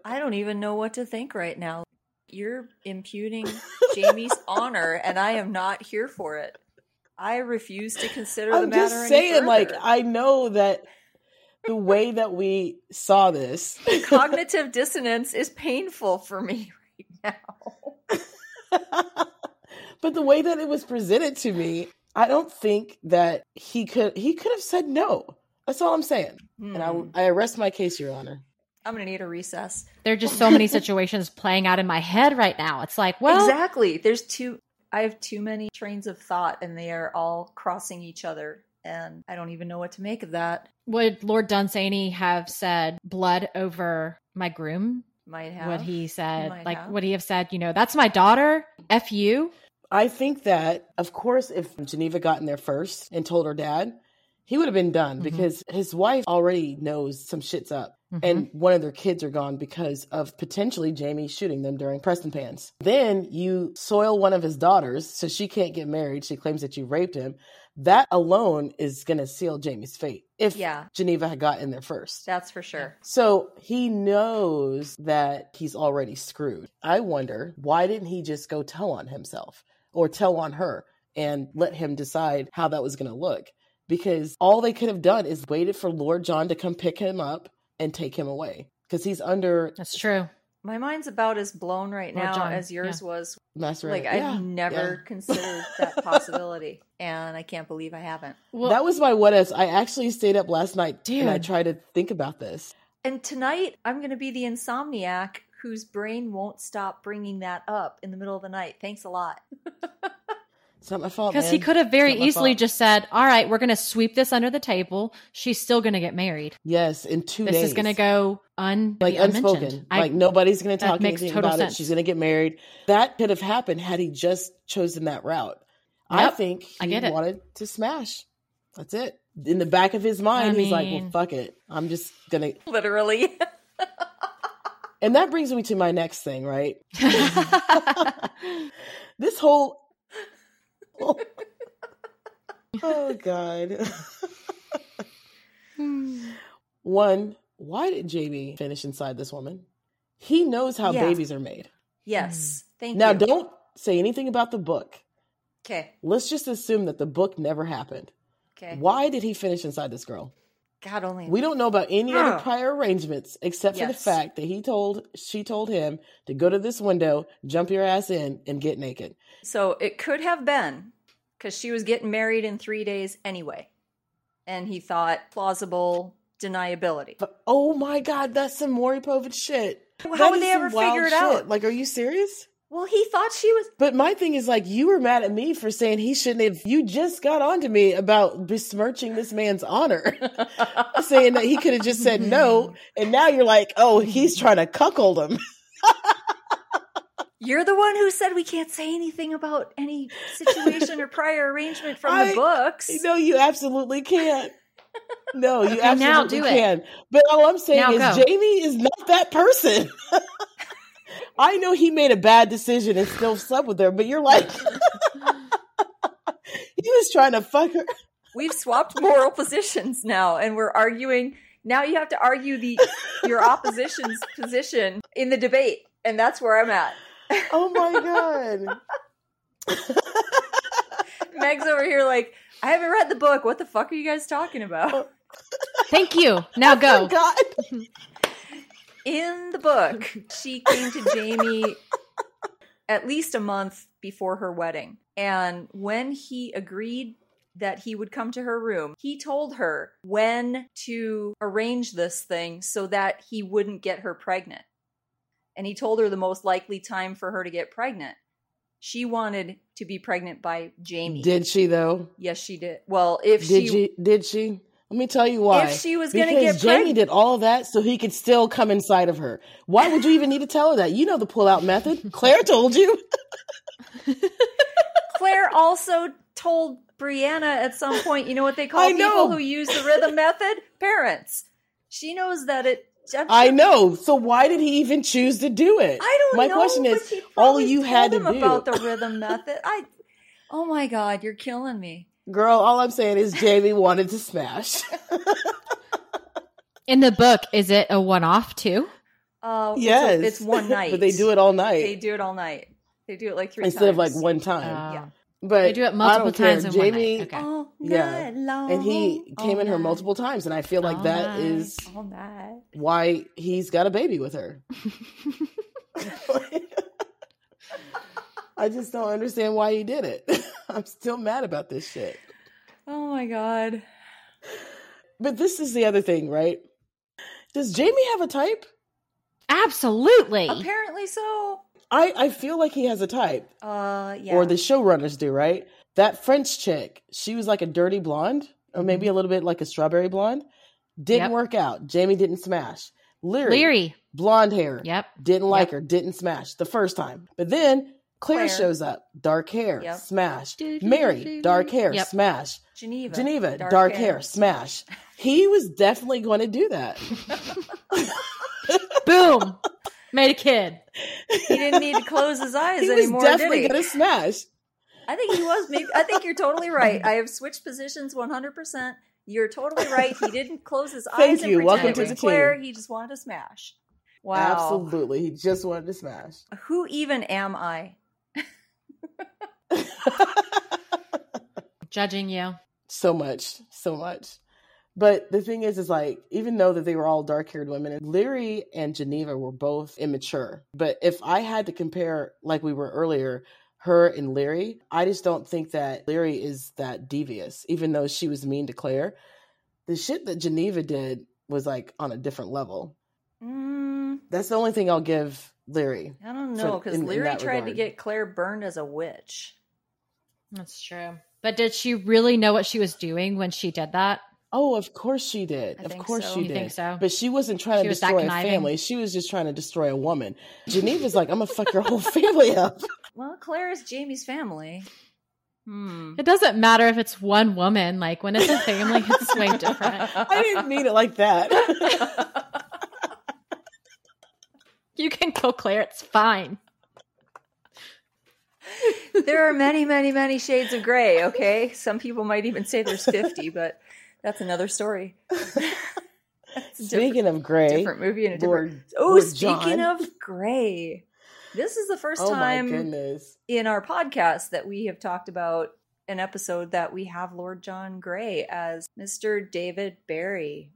Speaker 3: I don't even know what to think right now. You're imputing Jamie's honor, and I am not here for it. I refuse to consider the
Speaker 1: I'm
Speaker 3: matter.
Speaker 1: just
Speaker 3: any
Speaker 1: saying, like,
Speaker 3: further.
Speaker 1: I know that the way that we saw this,
Speaker 3: cognitive dissonance is painful for me right now.
Speaker 1: but the way that it was presented to me, I don't think that he could, he could have said no. That's all I'm saying. And
Speaker 3: Mm.
Speaker 1: I, I arrest my case, Your Honor.
Speaker 3: am going to need a recess.
Speaker 4: There are just so many situations playing out in my head right now. It's like, well,
Speaker 3: exactly. There's two. I have too many trains of thought, and they are all crossing each other, and I don't even know what to make of that.
Speaker 4: would Lord Dunsany have said blood over my groom?
Speaker 3: Might have
Speaker 4: Would he said
Speaker 3: might
Speaker 4: like
Speaker 3: have.
Speaker 4: would he have said, you know, that's my daughter, f you?
Speaker 1: I think that, of course, if Geneva got in there first and told her dad, he would have been done
Speaker 4: Mhm.
Speaker 1: because his wife already knows some shit's up.
Speaker 4: Mhm.
Speaker 1: And one of their kids are gone because of potentially Jamie shooting them during Preston Pans. Then you soil one of his daughters so she can't get married. She claims that you raped him. That alone is going to seal Jamie's fate if
Speaker 3: Yeah.
Speaker 1: Geneva had got in there first.
Speaker 3: That's for sure.
Speaker 1: So he knows that he's already screwed. I wonder why didn't he just go tell on himself or tell on her and let him decide how that was going to look? Because all they could have done is waited for Lord John to come pick him up and take him away because he's under
Speaker 4: That's true.
Speaker 3: My mind's about as blown right
Speaker 4: Lord
Speaker 3: now
Speaker 4: John,
Speaker 3: as yours was.
Speaker 1: master.
Speaker 3: Like
Speaker 1: Yeah,
Speaker 3: I've never considered that possibility, and I can't believe I haven't.
Speaker 1: yeah.
Speaker 4: Well,
Speaker 1: That was my what ifs. I actually stayed up last night and I
Speaker 4: Dude.
Speaker 1: tried to think about this.
Speaker 3: And tonight, I'm going to be the insomniac whose brain won't stop bringing that up in the middle of the night. Thanks a lot.
Speaker 1: It's not my fault.
Speaker 4: because he
Speaker 1: man.
Speaker 4: could have very
Speaker 1: It's not my
Speaker 4: easily
Speaker 1: fault.
Speaker 4: just said, "All right, we're going to sweep this under the table. She's still going to get married.
Speaker 1: Yes, in two
Speaker 4: This
Speaker 1: days.
Speaker 4: is going to go un
Speaker 1: like
Speaker 4: be
Speaker 1: unspoken.
Speaker 4: unmentioned." I-
Speaker 1: like nobody's going to
Speaker 4: that
Speaker 1: talk
Speaker 4: makes
Speaker 1: anything
Speaker 4: total
Speaker 1: about it.
Speaker 4: sense.
Speaker 1: She's going to get married. That could have happened had he just chosen that route. I
Speaker 4: Yep.
Speaker 1: think he
Speaker 4: I get it.
Speaker 1: wanted to smash. That's it. In the back of his mind, he's like, "Well,
Speaker 4: mean-
Speaker 1: fuck it. I'm just gonna."
Speaker 3: Literally.
Speaker 1: And that brings me to my next thing, right? this whole. Oh, god. One. Why did Jamie finish inside this woman? He knows how
Speaker 3: Yeah.
Speaker 1: babies are made.
Speaker 3: yes. Thank
Speaker 1: Hmm. Now,
Speaker 3: you.
Speaker 1: don't say anything about the book.
Speaker 3: Okay.
Speaker 1: Let's just assume that the book never happened.
Speaker 3: Okay.
Speaker 1: Why did he finish inside this girl?
Speaker 3: God only.
Speaker 1: We don't know about any other
Speaker 3: Ah.
Speaker 1: prior arrangements except for the
Speaker 3: Yes.
Speaker 1: fact that he told, she told him to go to this window, jump your ass in, and get naked.
Speaker 3: so it could have been because she was getting married in three days anyway. And he thought plausible deniability.
Speaker 1: But oh my God, that's some Maury Povich shit.
Speaker 3: How
Speaker 1: That
Speaker 3: would
Speaker 1: is
Speaker 3: they
Speaker 1: some
Speaker 3: ever
Speaker 1: wild
Speaker 3: figure it
Speaker 1: shit.
Speaker 3: out?
Speaker 1: Like, are you serious?
Speaker 3: Well, he thought she was.
Speaker 1: But my thing is like you were mad at me for saying he shouldn't have you just got on to me about besmirching this man's honor. saying that he could have just said no. And now you're like, oh, he's trying to cuckold him.
Speaker 3: You're the one who said we can't say anything about any situation or prior arrangement from
Speaker 1: I-
Speaker 3: the books.
Speaker 1: no, you absolutely can't. No, you
Speaker 4: Okay,
Speaker 1: absolutely
Speaker 4: now do it.
Speaker 1: can. But all I'm saying
Speaker 4: Now
Speaker 1: is
Speaker 4: go.
Speaker 1: Jamie is not that person. I know he made a bad decision and still slept with her, but you're like he was trying to fuck her.
Speaker 3: We've swapped moral positions now, and we're arguing. Now you have to argue the your opposition's position in the debate, and that's where I'm at.
Speaker 1: Oh my god.
Speaker 3: Meg's over here like, I haven't read the book. What the fuck are you guys talking about?
Speaker 4: Thank you. Now go.
Speaker 1: God.
Speaker 3: In the book, she came to Jamie at least a month before her wedding, and when he agreed that he would come to her room, he told her when to arrange this thing so that he wouldn't get her pregnant. And he told her the most likely time for her to get pregnant. She wanted to be pregnant by Jamie.
Speaker 1: Did she though?
Speaker 3: yes, she did. Well, if
Speaker 1: Did
Speaker 3: she
Speaker 1: she did she? Let me tell you why.
Speaker 3: If she was
Speaker 1: because
Speaker 3: gonna get
Speaker 1: Jamie
Speaker 3: preg-
Speaker 1: did all that so he could still come inside of her. Why would you even need to tell her that? You know the pull out method. Claire told you.
Speaker 3: Claire also told Brianna at some point, you know what they call
Speaker 1: I know.
Speaker 3: people who use the rhythm method? Parents. She knows that it. I'm
Speaker 1: I
Speaker 3: sure-
Speaker 1: know. So why did he even choose to do it?
Speaker 3: I don't
Speaker 1: My
Speaker 3: know.
Speaker 1: question
Speaker 3: but
Speaker 1: is,
Speaker 3: she
Speaker 1: all
Speaker 3: probably
Speaker 1: you
Speaker 3: told
Speaker 1: had to
Speaker 3: him
Speaker 1: do.
Speaker 3: about the rhythm method. I. Oh my God, you're killing me.
Speaker 1: Girl, all I'm saying is Jamie wanted to smash.
Speaker 4: In the book, is it a one off too?
Speaker 3: Uh, it's a-
Speaker 1: yes.
Speaker 3: It's, one night.
Speaker 1: but they do it all night
Speaker 3: They do it all night. They do it like three
Speaker 1: instead of like
Speaker 3: times.
Speaker 1: one time.
Speaker 4: Uh,
Speaker 3: Yeah.
Speaker 1: but
Speaker 4: they do it
Speaker 1: I
Speaker 4: multiple
Speaker 1: don't care.
Speaker 4: times in one
Speaker 1: Jamie,
Speaker 4: night. Okay.
Speaker 3: All
Speaker 1: Yeah.
Speaker 3: night long.
Speaker 1: And he
Speaker 3: all
Speaker 1: came in her
Speaker 3: night,
Speaker 1: multiple times, and I feel like
Speaker 4: All
Speaker 1: that
Speaker 4: night.
Speaker 1: is
Speaker 3: Oh, All night.
Speaker 1: why he's got a baby with her. I just don't understand why he did it. I'm still mad about this shit.
Speaker 3: Oh my God.
Speaker 1: But this is the other thing, right? Does Jamie have a type?
Speaker 4: Absolutely.
Speaker 1: Oh,
Speaker 3: Apparently so.
Speaker 1: I, I feel like he has a type,
Speaker 3: Uh, yeah.
Speaker 1: or the showrunners do, right? That French chick, she was like a dirty blonde, or maybe a little bit like a strawberry blonde. Didn't
Speaker 4: Yep.
Speaker 1: work out. Jamie didn't smash. Leary,
Speaker 4: Leary.
Speaker 1: blonde hair.
Speaker 4: Yep.
Speaker 1: Didn't like
Speaker 4: Yep.
Speaker 1: her, didn't smash the first time. But then Claire,
Speaker 3: Claire.
Speaker 1: shows up, dark hair,
Speaker 3: Yep.
Speaker 1: smash.
Speaker 4: Do, do, do, do,
Speaker 1: Mary,
Speaker 4: do.
Speaker 1: dark hair,
Speaker 4: Yep.
Speaker 1: smash.
Speaker 3: Geneva.
Speaker 1: Geneva, dark, hair. smash. He was definitely going to do that.
Speaker 4: Boom. Made a kid.
Speaker 3: He didn't need to close his eyes
Speaker 1: he was
Speaker 3: anymore,
Speaker 1: definitely
Speaker 3: did he?
Speaker 1: going to smash.
Speaker 3: I think he was. Maybe I think you're totally right. I have switched positions 100. percent You're totally right. He didn't close his
Speaker 1: Thank
Speaker 3: eyes.
Speaker 1: you.
Speaker 3: And
Speaker 1: Welcome
Speaker 3: pretend
Speaker 4: to
Speaker 3: it was
Speaker 1: the team.
Speaker 3: Claire. He just wanted to smash. Wow.
Speaker 1: Absolutely. He just wanted to smash.
Speaker 3: Who even am I?
Speaker 4: Judging you.
Speaker 1: so much, so much. But the thing is, is like, even though that they were all dark haired women, and Leary and Geneva were both immature. But if I had to compare, like we were earlier, her and Leary, I just don't think that Leary is that devious, even though she was mean to Claire. The shit that Geneva did was like on a different level.
Speaker 3: Mm,
Speaker 1: That's the only thing I'll give Leary.
Speaker 3: I don't know
Speaker 1: For-
Speaker 3: because
Speaker 1: in- in
Speaker 3: Leary
Speaker 1: that
Speaker 3: tried to
Speaker 1: regard.
Speaker 3: get Claire burned as a witch.
Speaker 4: That's true. But did she really know what she was doing when she did that?
Speaker 1: Oh, of course she did.
Speaker 3: I
Speaker 1: of
Speaker 3: think
Speaker 1: course
Speaker 3: so.
Speaker 1: she
Speaker 4: You
Speaker 1: did.
Speaker 4: think so?
Speaker 1: But she wasn't trying
Speaker 4: She
Speaker 1: to
Speaker 4: was that
Speaker 1: destroy a
Speaker 4: conniving?
Speaker 1: family. She was just trying to destroy a woman. Geneva's like, I'm gonna fuck your whole family up.
Speaker 3: Well, Claire is Jamie's family. Hmm.
Speaker 4: It doesn't matter if it's one woman. Like when it's a family, it's way different.
Speaker 1: I didn't mean it like that.
Speaker 4: You can kill Claire. It's fine.
Speaker 3: there are many, many, many shades of gray. Okay, some people might even say there's 50, but that's another story. That's a
Speaker 1: Speaking of Gray,
Speaker 3: different movie and a different.
Speaker 1: Lord,
Speaker 3: Oh,
Speaker 1: Lord
Speaker 3: speaking
Speaker 1: John.
Speaker 3: of Gray, this is the first
Speaker 1: oh my
Speaker 3: time
Speaker 1: goodness,
Speaker 3: in our podcast that we have talked about an episode that we have Lord John Gray as Mr. David Barry.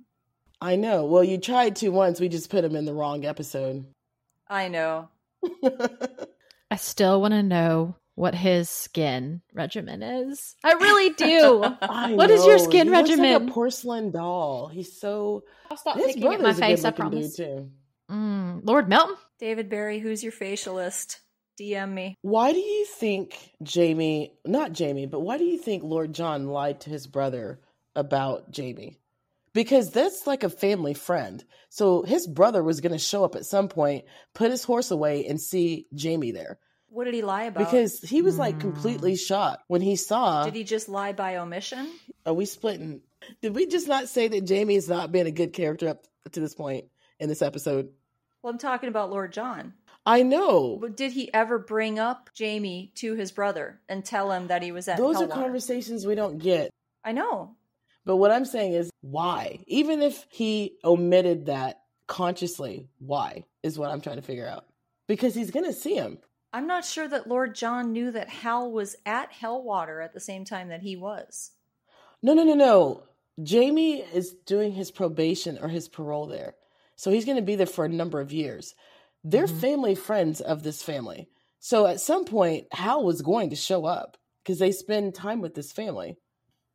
Speaker 1: I know. Well, you tried to once. We just put him in the wrong episode.
Speaker 3: I know.
Speaker 4: I still want to know what his skin regimen is. I really do.
Speaker 1: I
Speaker 4: What is your
Speaker 1: know.
Speaker 4: skin
Speaker 1: He looks like
Speaker 4: regimen?
Speaker 1: a porcelain doll. He's so.
Speaker 4: I'll stop
Speaker 1: His
Speaker 4: picking at
Speaker 1: brother's
Speaker 4: my
Speaker 1: a
Speaker 4: face. I
Speaker 1: good-looking dude,
Speaker 4: promise.
Speaker 1: too.
Speaker 4: Mm, Lord Melton.
Speaker 3: David Barry, who's your facialist? DM me.
Speaker 1: Why do you think Jamie, not Jamie, but why do you think Lord John lied to his brother about Jamie? Because that's like a family friend. So his brother was going to show up at some point, put his horse away, and see Jamie there.
Speaker 3: What did he lie about? Mm.
Speaker 1: Because uh, he was like completely shocked when he saw.
Speaker 3: did he just lie by omission?
Speaker 1: Are we splitting? Did we just not say that Jamie has not been a good character up to this point in this episode?
Speaker 3: Well, I'm talking about Lord John.
Speaker 1: I know.
Speaker 3: But did he ever bring up Jamie to his brother and tell him that he was at
Speaker 1: Those are
Speaker 3: Hellwire?
Speaker 1: conversations we don't get.
Speaker 3: I know.
Speaker 1: But what I'm saying is, why? Even if he omitted that consciously, why is what I'm trying to figure out. Because he's going to see him.
Speaker 3: I'm not sure that Lord John knew that Hal was at Hellwater at the same time that he was.
Speaker 1: No, no, no, no. Jamie is doing his probation or his parole there. So he's going to be there for a number of years. They're family friends of this family. So at some point, Hal was going to show up because they spend time with this family.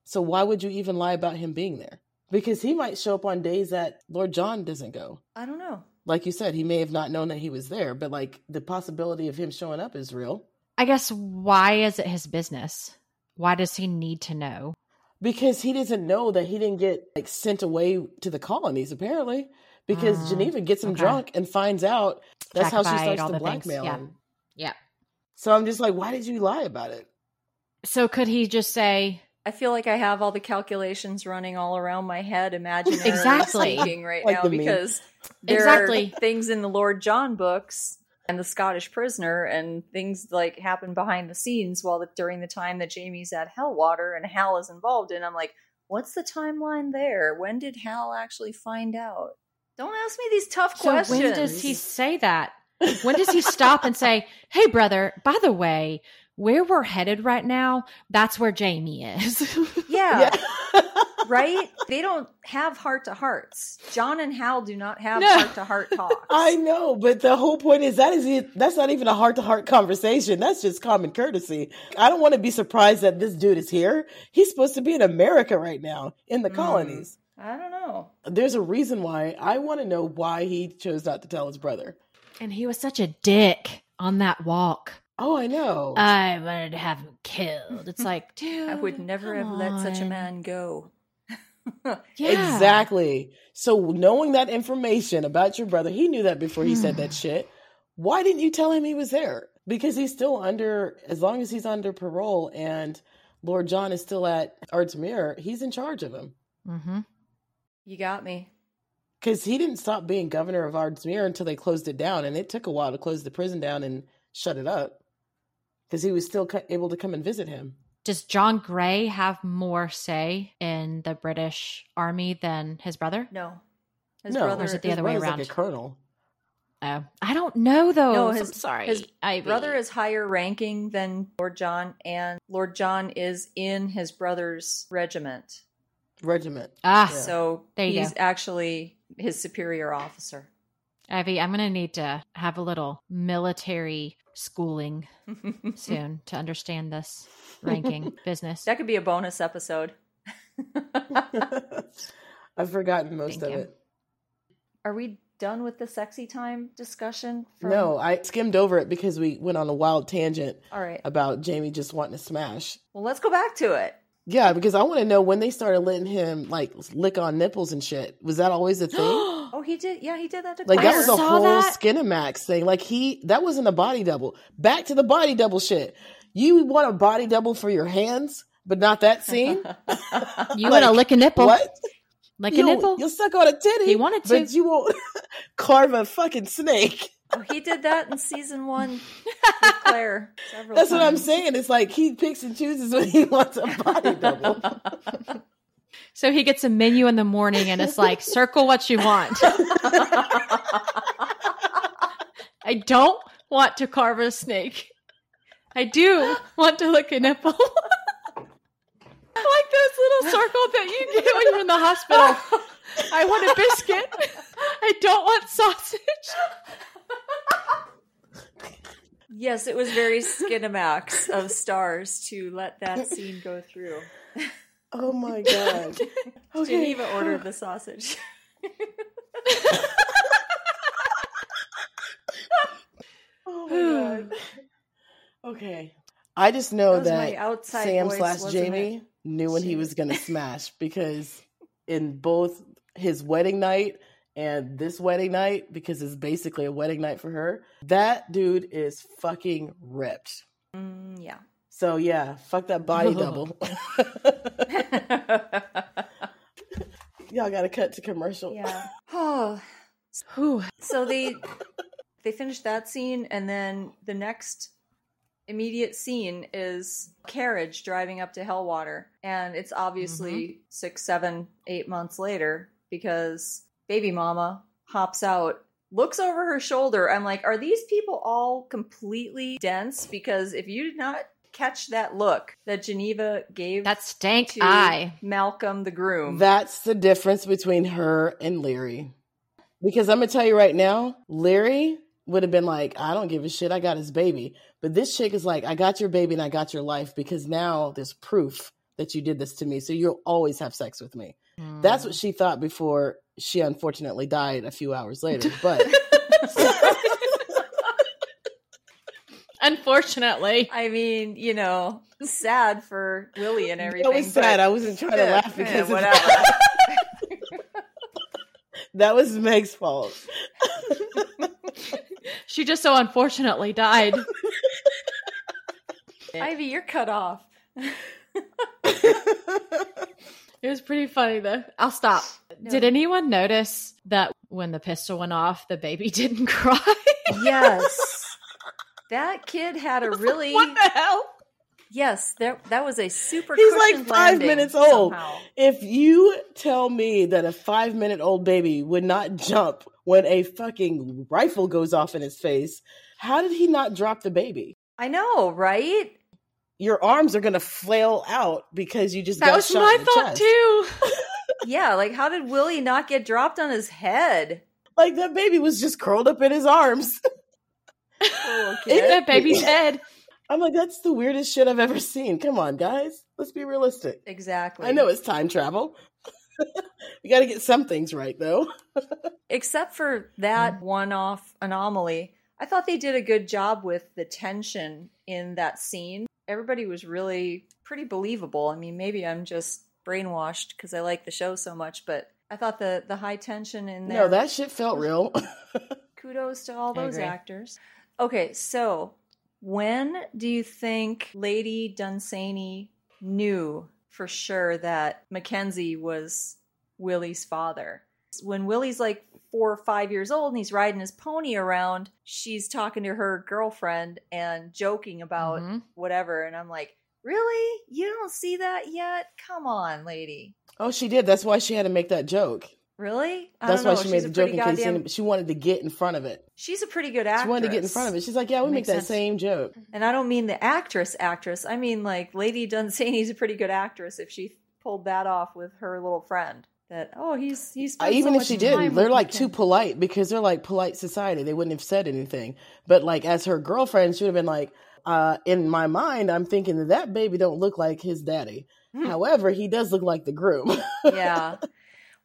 Speaker 1: So why would you even lie about him being there? Because he might show up on days that Lord John doesn't go.
Speaker 3: I don't know.
Speaker 1: like you said, he may have not known that he was there, but like the possibility of him showing up is real
Speaker 4: I guess why is it his business? Why does he need to know?
Speaker 1: because he doesn't know that he didn't get like sent away to the colonies apparently because
Speaker 4: Mm,
Speaker 1: Geneva gets him
Speaker 4: okay.
Speaker 1: drunk and finds out that's how she
Speaker 4: Backbite,
Speaker 1: starts
Speaker 4: all
Speaker 1: to
Speaker 4: the things,
Speaker 1: blackmail
Speaker 4: yeah.
Speaker 1: him.
Speaker 4: Yeah.
Speaker 1: So I'm just like, why did you lie about it?
Speaker 4: So could he just say,
Speaker 3: I feel like I have all the calculations running all around my head, imagining
Speaker 4: Exactly.
Speaker 3: speaking right
Speaker 1: Like
Speaker 3: now
Speaker 1: the meme.
Speaker 3: because there
Speaker 4: Exactly.
Speaker 3: are things in the Lord John books and the Scottish prisoner, and things like happen behind the scenes while the, during the time that Jamie's at Hellwater and Hal is involved in. I'm like, what's the timeline there? When did Hal actually find out? Don't ask me these tough
Speaker 4: So
Speaker 3: questions.
Speaker 4: when does he say that? When does he stop and say, "Hey, brother, by the way, where we're headed right now, that's where Jamie is."
Speaker 3: yeah,
Speaker 1: Yeah.
Speaker 3: right? They don't have heart to hearts. John and Hal do not have
Speaker 4: No.
Speaker 3: heart to heart talks.
Speaker 1: I know, but the whole point is that is it, that's not even a heart to heart conversation. That's just common courtesy. I don't want to be surprised that this dude is here. He's supposed to be in America right now in the
Speaker 3: Mm.
Speaker 1: colonies.
Speaker 3: I don't know.
Speaker 1: There's a reason why. I want to know why he chose not to tell his brother.
Speaker 4: and he was such a dick on that walk.
Speaker 1: Oh, I know.
Speaker 4: I wanted to have him killed. It's like, dude,
Speaker 3: I would never have
Speaker 4: Oh, come
Speaker 3: let such a
Speaker 4: on.
Speaker 3: man go.
Speaker 4: Yeah.
Speaker 1: Exactly. So knowing that information about your brother, he knew that before he said that shit. Why didn't you tell him he was there? Because he's still under as long as he's under parole and Lord John is still at Artsmere, he's in charge of him.
Speaker 4: Mhm.
Speaker 3: You got me.
Speaker 1: Because he didn't stop being governor of Ardsmere until they closed it down, and it took a while to close the prison down and shut it up. Because he was still co- able to come and visit him.
Speaker 4: Does John Gray have more say in the British army than his brother?
Speaker 3: No. His
Speaker 1: no,
Speaker 3: brother
Speaker 4: Or is it the
Speaker 1: his
Speaker 4: other way
Speaker 1: brother's
Speaker 4: around?
Speaker 1: Like a colonel.
Speaker 4: Oh, I don't know though.
Speaker 3: No,
Speaker 4: I'm
Speaker 3: his-
Speaker 4: sorry.
Speaker 3: his
Speaker 4: Ivy.
Speaker 3: brother is higher ranking than Lord John, and Lord John is in his brother's regiment.
Speaker 1: Regiment.
Speaker 4: ah.
Speaker 1: Yeah.
Speaker 3: So
Speaker 4: There you
Speaker 3: he's
Speaker 4: go.
Speaker 3: actually his superior officer.
Speaker 4: Ivy, I'm going to need to have a little military schooling soon to understand this ranking business.
Speaker 3: that could be a bonus episode.
Speaker 1: I've forgotten most
Speaker 4: Thank
Speaker 1: of
Speaker 4: you.
Speaker 1: it.
Speaker 3: Are we done with the sexy time discussion? from-
Speaker 1: No, I skimmed over it because we went on a wild tangent
Speaker 3: All right.
Speaker 1: about Jamie just wanting to smash.
Speaker 3: Well, let's go back to it.
Speaker 1: Yeah, because I want to know when they started letting him like lick on nipples and shit. Was that always a thing?
Speaker 3: Oh, he did. Yeah, he did that to
Speaker 1: Like that
Speaker 4: I
Speaker 1: was a
Speaker 4: saw
Speaker 1: whole
Speaker 4: that.
Speaker 1: Skinamax thing. Like he that wasn't a body double. Back to the body double shit. You want a body double for your hands, but not that scene.
Speaker 4: you want to
Speaker 1: Like,
Speaker 4: lick a nipple?
Speaker 1: What?
Speaker 4: Lick
Speaker 1: you'll,
Speaker 4: a nipple?
Speaker 1: You'll suck on a titty.
Speaker 4: He wanted to.
Speaker 1: but you won't carve a fucking snake.
Speaker 3: oh, he did that in season one with Claire. Several
Speaker 1: That's what I'm
Speaker 3: times.
Speaker 1: saying. It's like he picks and chooses when he wants a body double.
Speaker 4: So he gets a menu in the morning and it's like, circle what you want. I don't want to carve a snake. I do want to lick a nipple. like those little circles that you get when you're in the hospital. I want a biscuit. I don't want sausage.
Speaker 3: Yes, it was very Skinamax of stars to let that scene go through.
Speaker 1: Oh my god. Okay.
Speaker 3: Geneva ordered the sausage.
Speaker 1: Oh my god. Okay. I just know
Speaker 3: That was my
Speaker 1: that,
Speaker 3: outside
Speaker 1: Sam
Speaker 3: voice,
Speaker 1: slash
Speaker 3: wasn't
Speaker 1: Jamie
Speaker 3: it?
Speaker 1: knew when he was gonna smash because in both his wedding night and this wedding night, because it's basically a wedding night for her, that dude is fucking ripped.
Speaker 3: Mm, yeah.
Speaker 1: So yeah, fuck that body double. Y'all gotta cut to commercial.
Speaker 3: yeah. Oh,
Speaker 4: Whew.
Speaker 3: so they they finished that scene and then the next immediate scene is carriage driving up to hellwater and it's obviously six seven eight months later because baby mama hops out looks over her shoulder i'm like are these people all completely dense because if you did not catch that look that geneva gave
Speaker 4: That stank
Speaker 3: to
Speaker 4: eye.
Speaker 3: malcolm the groom
Speaker 1: That's the difference between her and Leary. Because I'm gonna tell you right now, Leary would have been like, I don't give a shit, I got his baby. But this chick is like, I got your baby and I got your life because now there's proof that you did this to me. So you'll always have sex with me. That's
Speaker 3: Mm.
Speaker 1: what she thought before she unfortunately died a few hours later. But
Speaker 4: Unfortunately.
Speaker 3: I mean, you know, sad for Willie and everything.
Speaker 1: that was sad.
Speaker 3: but-
Speaker 1: I wasn't trying to
Speaker 3: Yeah,
Speaker 1: laugh
Speaker 3: yeah,
Speaker 1: because of
Speaker 3: whatever.
Speaker 1: that. that was Meg's fault.
Speaker 4: She just so unfortunately died.
Speaker 3: Ivy, you're cut off.
Speaker 4: It was pretty funny though. I'll stop. Did anyone notice that when the pistol went off, the baby didn't cry.
Speaker 3: Yes. that kid had a really
Speaker 4: what the hell?
Speaker 3: Yes, that that was a super
Speaker 1: He's like
Speaker 3: cushioned
Speaker 1: five
Speaker 3: landing
Speaker 1: minutes old.
Speaker 3: somehow.
Speaker 1: If you tell me that a five minute old baby would not jump when a fucking rifle goes off in his face, how did he not drop the baby?
Speaker 3: I know, right?
Speaker 1: Your arms are gonna flail out because you just
Speaker 4: That
Speaker 1: got
Speaker 4: was
Speaker 1: shot
Speaker 4: my
Speaker 1: in the
Speaker 4: thought
Speaker 1: chest.
Speaker 4: too.
Speaker 3: Yeah, like how did Willie not get dropped on his head?
Speaker 1: Like that baby was just curled up in his arms.
Speaker 3: Poor little
Speaker 1: It-
Speaker 3: kid.
Speaker 4: that baby's dead.
Speaker 1: I'm like, that's the weirdest shit I've ever seen. Come on, guys, let's be realistic.
Speaker 3: Exactly.
Speaker 1: I know it's time travel. we got to get some things right though.
Speaker 3: Except for
Speaker 1: Mm-hmm.
Speaker 3: that one off anomaly, I thought they did a good job with the tension in that scene. Everybody was really pretty believable. I mean, maybe I'm just brainwashed because I like the show so much, but I thought the, the high tension in there.
Speaker 1: No, that shit felt real.
Speaker 3: kudos to all
Speaker 4: I
Speaker 3: those
Speaker 4: agree.
Speaker 3: actors. Okay, so when do you think Lady Dunsany knew for sure that Mackenzie was Willie's father? When Willie's like four or five years old and he's riding his pony around, she's talking to her girlfriend and joking about
Speaker 1: Mm-hmm.
Speaker 4: Mhm.
Speaker 3: whatever. And I'm like, really? You don't see that yet? Come on, lady.
Speaker 1: oh, she did. That's why she had to make that joke.
Speaker 3: Really? I
Speaker 1: That's why
Speaker 3: don't know.
Speaker 1: she made
Speaker 3: She's
Speaker 1: the
Speaker 3: a
Speaker 1: joke
Speaker 3: pretty
Speaker 1: in case
Speaker 3: goddamn.
Speaker 1: any- she wanted to get in front of it.
Speaker 3: She's a pretty good actress.
Speaker 1: She wanted to get in front of it. She's like, yeah, we make
Speaker 4: Makes
Speaker 1: that
Speaker 4: sense.
Speaker 1: same joke.
Speaker 3: And I don't mean the actress, actress. I mean like Lady Dunsany's a pretty good actress if she pulled that off with her little friend. That oh he's he's
Speaker 1: I, Uh, even if she
Speaker 4: time
Speaker 1: didn't, they're
Speaker 4: with
Speaker 1: like
Speaker 4: Lincoln.
Speaker 1: too polite because they're like polite society. They wouldn't have said anything. But like as her girlfriend, she would have been like, uh, in my mind, I'm thinking that that baby don't look like his daddy.
Speaker 3: Hmm.
Speaker 1: However, he does look like the groom.
Speaker 3: yeah.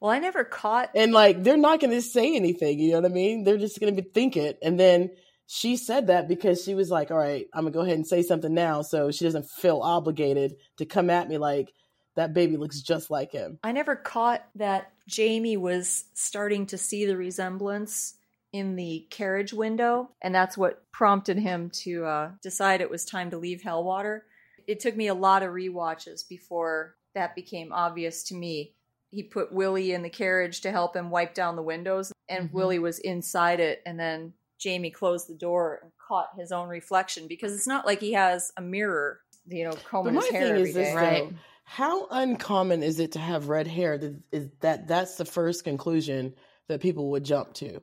Speaker 3: Well, I never caught.
Speaker 1: and like they're not going to say anything. You know what I mean? They're just going to be think it. And then she said that because she was like, all right, I'm going to go ahead and say something now, so she doesn't feel obligated to come at me like that baby looks just like him.
Speaker 3: I never caught that Jamie was starting to see the resemblance in the carriage window, and that's what prompted him to uh, decide it was time to leave Hellwater. It took me a lot of rewatches before that became obvious to me. He put Willie in the carriage to help him wipe down the windows, and
Speaker 4: Mhm.
Speaker 1: Mm-hmm.
Speaker 3: Willie was inside it, and then Jamie closed the door and caught his own reflection because it's not like he has a mirror, you know, combing
Speaker 1: But
Speaker 3: his
Speaker 1: my
Speaker 3: hair
Speaker 1: thing
Speaker 3: every
Speaker 1: is this,
Speaker 3: day.
Speaker 1: though.
Speaker 4: Right.
Speaker 1: How uncommon is it to have red hair? That is that that's the first conclusion that people would jump to.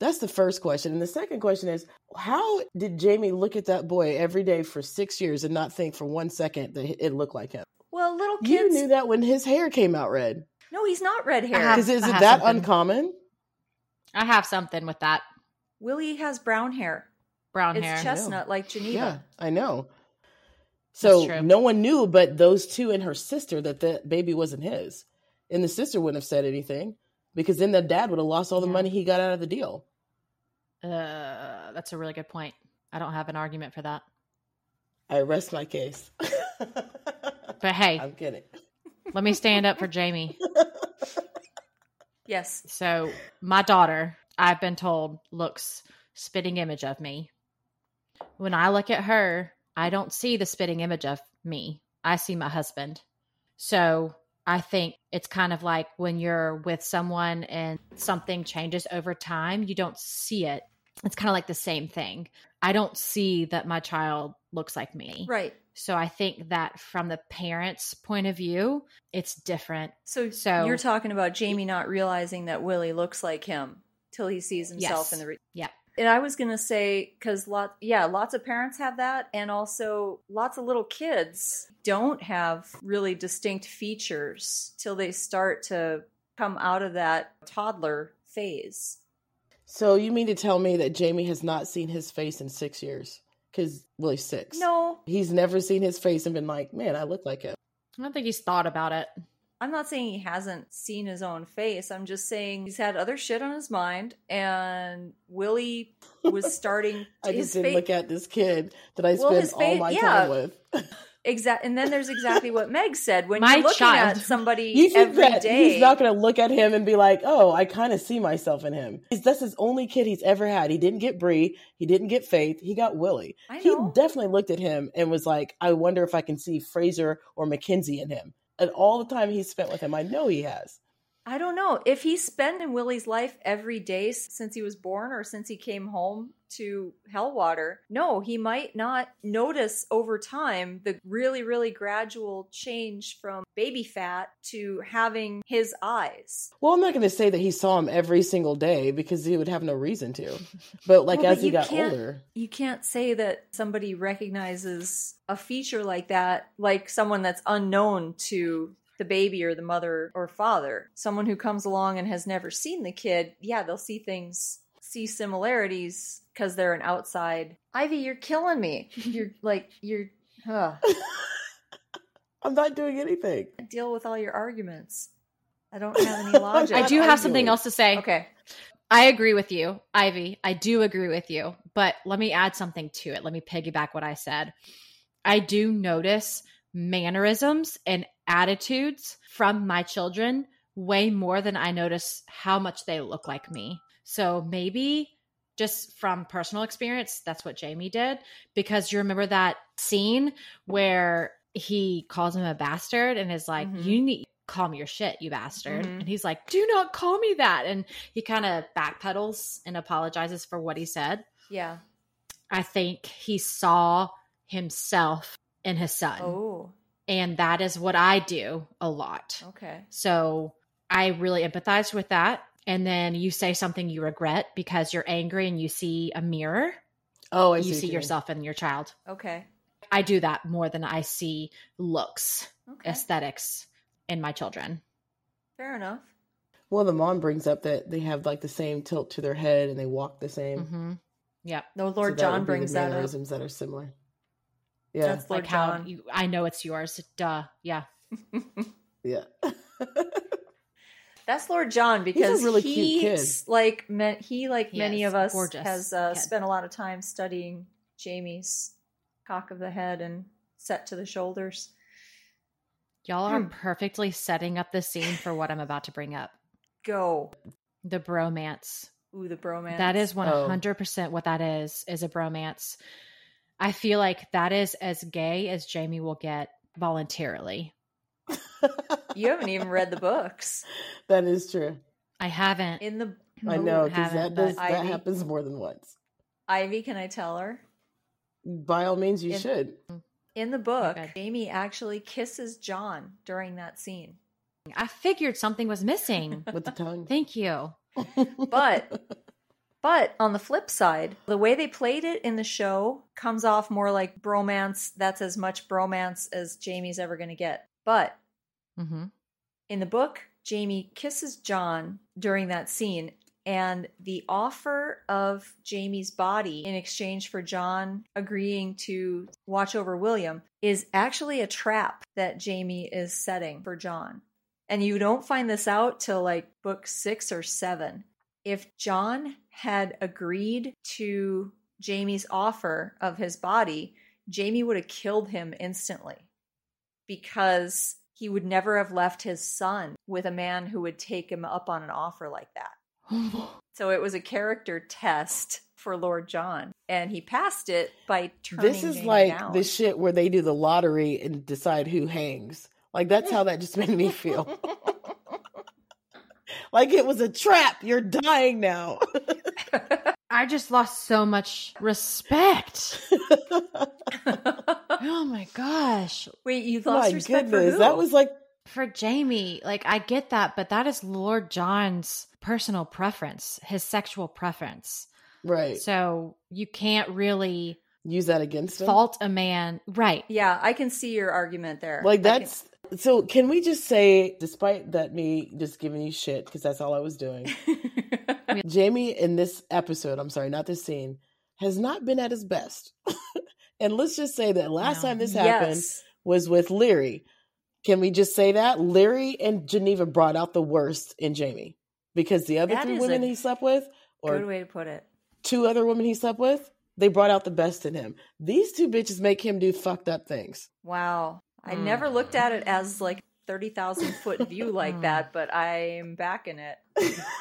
Speaker 1: That's the first question. And the second question is how did Jamie look at that boy every day for six years and not think for one second that it looked like him?
Speaker 3: Well, little
Speaker 1: You
Speaker 3: kids
Speaker 1: knew that when his hair came out red.
Speaker 3: No, he's not red
Speaker 4: I
Speaker 3: hair.
Speaker 4: have-
Speaker 1: Because is
Speaker 4: I
Speaker 1: it that
Speaker 4: something.
Speaker 1: uncommon?
Speaker 4: I have something with that
Speaker 3: Willie has brown hair.
Speaker 4: brown
Speaker 3: It's
Speaker 4: hair.
Speaker 3: chestnut like
Speaker 1: Yeah,
Speaker 3: Geneva.
Speaker 1: I know.
Speaker 4: true.
Speaker 1: So no one knew but those two and her sister that the baby wasn't his. And the sister wouldn't have said anything because then the dad would have lost all the
Speaker 4: Yeah.
Speaker 1: money he got out of the deal.
Speaker 4: Uh, that's a really good point. I don't have an argument for that.
Speaker 1: I rest my case.
Speaker 4: But hey,
Speaker 1: I'm kidding.
Speaker 4: let me stand up for Jamie.
Speaker 3: Yes.
Speaker 4: So my daughter, I've been told, looks spitting image of me. When I look at her, I don't see the spitting image of me. I see my husband. So I think it's kind of like when you're with someone and something changes over time, you don't see it. It's kind of like the same thing. I don't see that my child looks like me.
Speaker 3: Right.
Speaker 4: So I think that from the parents' point of view, it's different.
Speaker 3: So,
Speaker 4: So-
Speaker 3: you're talking about Jamie not realizing that Willie looks like him till he sees himself
Speaker 4: Yes.
Speaker 3: in the. Re-
Speaker 4: Yeah.
Speaker 3: And I was gonna say because lot, yeah, lots of parents have that, and also lots of little kids don't have really distinct features till they start to come out of that toddler phase.
Speaker 1: So you mean to tell me that Jamie has not seen his face in six years? Because Willie's six.
Speaker 3: No,
Speaker 1: He's never seen his face and been like, man, I look like him.
Speaker 4: I don't think he's thought about it.
Speaker 3: I'm not saying he hasn't seen his own face. I'm just saying he's had other shit on his mind, and Willie was starting.
Speaker 1: I
Speaker 3: his
Speaker 1: just didn't
Speaker 3: fa-
Speaker 1: look at this kid that I
Speaker 3: Well,
Speaker 1: spend
Speaker 3: his
Speaker 1: all
Speaker 3: fa-
Speaker 1: my
Speaker 3: yeah.
Speaker 1: time with.
Speaker 3: exact, and then there's exactly what Meg said when
Speaker 4: My
Speaker 3: you're looking
Speaker 4: child.
Speaker 3: at somebody
Speaker 1: You think
Speaker 3: every
Speaker 1: that
Speaker 3: day.
Speaker 1: he's not going to look at him and be like, "Oh, I kind of see myself in him." He's- That's his only kid he's ever had. He didn't get Bree. He didn't get Faith. He got Willie.
Speaker 3: I
Speaker 1: He
Speaker 3: know.
Speaker 1: definitely looked at him and was like, "I wonder if I can see Fraser or Mackenzie in him." And all the time he spent with him, I know he has.
Speaker 3: I don't know if he's spending Willie's life every day s- since he was born or since he came home to Hellwater. No, he might not notice over time the really, really gradual change from baby fat to having his eyes.
Speaker 1: Well, I'm not going to say that he saw him every single day because he would have no reason to. But like
Speaker 3: Well,
Speaker 1: as
Speaker 3: but
Speaker 1: he
Speaker 3: you
Speaker 1: got
Speaker 3: can't-
Speaker 1: older,
Speaker 3: You can't say that somebody recognizes a feature like that, like someone that's unknown to the baby or the mother or father. Someone who comes along and has never seen the kid, yeah, they'll see things, see similarities because they're an outside. Ivy, you're killing me. You're like, you're, huh.
Speaker 1: I'm not doing anything.
Speaker 3: Deal with all your arguments. I don't have any logic.
Speaker 4: I
Speaker 1: Not
Speaker 4: do have something
Speaker 1: arguing.
Speaker 4: else to say.
Speaker 3: Okay.
Speaker 4: I agree with you, Ivy. I do agree with you, but let me add something to it. Let me piggyback what I said. I do notice mannerisms and attitudes from my children way more than I notice how much they look like me. So maybe just from personal experience, that's what Jamie did. Because you remember that scene where he calls him a bastard and is like,
Speaker 3: Mhm.
Speaker 4: You need call me your shit, you bastard.
Speaker 3: Mhm.
Speaker 4: And he's like, Do not call me that. And he kind of backpedals and apologizes for what he said.
Speaker 3: Yeah.
Speaker 4: I think he saw himself in his son.
Speaker 3: Oh,
Speaker 4: And that is what I do a lot.
Speaker 3: okay.
Speaker 4: So I really empathize with that. And then you say something you regret because you're angry and you see a mirror.
Speaker 1: Oh, I
Speaker 4: you
Speaker 1: what
Speaker 4: see
Speaker 1: you mean.
Speaker 4: yourself in your child.
Speaker 3: Okay.
Speaker 4: I do that more than I see looks,
Speaker 3: Okay.
Speaker 4: aesthetics in my children.
Speaker 3: Fair enough.
Speaker 1: Well, the mom brings up that they have like the same tilt to their head and they walk the same.
Speaker 4: hmm Yep.
Speaker 3: No,
Speaker 1: So
Speaker 3: Lord
Speaker 1: that would
Speaker 3: John
Speaker 1: be
Speaker 3: brings
Speaker 1: the
Speaker 3: that up.
Speaker 1: mannerisms that are similar. Yeah,
Speaker 3: That's Lord
Speaker 4: like how
Speaker 3: John.
Speaker 4: you, I know it's yours. Duh. Yeah.
Speaker 1: yeah.
Speaker 3: That's Lord John
Speaker 1: a
Speaker 3: because
Speaker 1: really cute
Speaker 3: he
Speaker 1: kid.
Speaker 3: s- like me- he like
Speaker 4: He
Speaker 3: many
Speaker 4: is
Speaker 3: of us
Speaker 4: gorgeous
Speaker 3: has uh,
Speaker 4: kid.
Speaker 3: spent a lot of time studying Jamie's cock of the head and set to the shoulders.
Speaker 4: Y'all are
Speaker 3: Hmm.
Speaker 4: perfectly setting up the scene for what I'm about to bring up
Speaker 3: Go,
Speaker 4: the bromance.
Speaker 3: ooh, the bromance.
Speaker 4: That is
Speaker 1: Oh.
Speaker 4: 100% what that is, is a bromance. I feel like that is as gay as Jamie will get voluntarily.
Speaker 3: you haven't even read the books
Speaker 1: that is true.
Speaker 4: I haven't.
Speaker 3: in the
Speaker 1: I
Speaker 4: Ooh,
Speaker 1: know because
Speaker 4: haven't,
Speaker 1: that
Speaker 4: but
Speaker 1: does that
Speaker 3: Ivy-
Speaker 1: happens more than once.
Speaker 3: Ivy. Can I tell her?
Speaker 1: By all means, you
Speaker 3: If-
Speaker 1: should.
Speaker 3: In
Speaker 4: Oh
Speaker 3: the book,
Speaker 4: Okay.
Speaker 3: Jamie actually kisses John during that scene.
Speaker 4: I figured something was missing.
Speaker 1: with the tongue.
Speaker 4: Thank you.
Speaker 3: But but on the flip side, the way they played it in the show comes off more like bromance. That's as much bromance as Jamie's ever going to get. But
Speaker 4: hmm
Speaker 3: in the book, Jamie kisses John during that scene, and the offer of Jamie's body in exchange for John agreeing to watch over William is actually a trap that Jamie is setting for John. And you don't find this out till like book six or seven. If John had agreed to Jamie's offer of his body, Jamie would have killed him instantly because he would never have left his son with a man who would take him up on an offer like that. So it was a character test for Lord John, and he passed it by turning.
Speaker 1: This is
Speaker 3: Jamie
Speaker 1: like
Speaker 3: down.
Speaker 1: the shit where they do the lottery and decide who hangs. Like that's how that just made me feel. like it was a trap. You're dying now.
Speaker 4: I just lost so much respect. oh my gosh.
Speaker 3: Wait, you lost
Speaker 1: My
Speaker 3: respect for
Speaker 1: goodness,
Speaker 3: who?
Speaker 1: that was like
Speaker 4: For Jamie, like I get that, but that is Lord John's personal preference, his sexual preference.
Speaker 1: right.
Speaker 4: So you can't really
Speaker 1: Use that against him.
Speaker 4: fault a man. Right.
Speaker 3: yeah. I can see your argument there.
Speaker 1: Like
Speaker 3: I can-
Speaker 1: that's so. Can we just say, despite that, me just giving you shit because that's all I was doing. Jamie in this episode, I'm sorry, not this scene, has not been at his best. and let's just say that last
Speaker 4: No.
Speaker 1: time this happened
Speaker 3: yes.
Speaker 1: was with Leary. Can we just say that Leary and Geneva brought out the worst in Jamie because the other
Speaker 3: That
Speaker 1: three
Speaker 3: is
Speaker 1: women
Speaker 3: a
Speaker 1: he slept with,
Speaker 3: Good
Speaker 1: or
Speaker 3: way to put it.
Speaker 1: two other women he slept with, they brought out the best in him. These two bitches make him do fucked up things.
Speaker 3: Wow. I
Speaker 1: Hmm.
Speaker 4: Mm.
Speaker 3: never looked at it as like thirty thousand foot view like
Speaker 1: Hmm.
Speaker 4: Mm.
Speaker 3: that, but I'm backing it.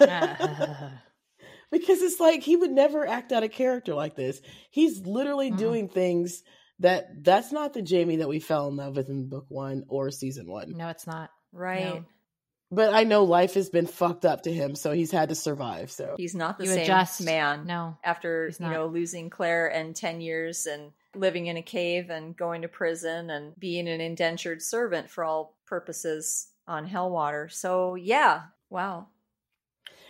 Speaker 1: because it's like he would never act out a character like this. He's literally
Speaker 3: Mm-hmm.
Speaker 4: Mm-mm.
Speaker 1: doing things that that's
Speaker 3: Mm-hmm.
Speaker 1: not the Jamie that we fell in love with in book one or season one.
Speaker 4: no, it's not.
Speaker 3: Right.
Speaker 1: But I know life has been fucked up to him, so he's had to survive. So
Speaker 3: He's not the
Speaker 4: You
Speaker 3: same
Speaker 4: adjust.
Speaker 3: man
Speaker 4: No.
Speaker 3: after
Speaker 4: He's
Speaker 3: you
Speaker 4: not.
Speaker 3: know losing Claire and ten years and living in a cave and going to prison and being an indentured servant for all purposes on Hellwater. So yeah, wow.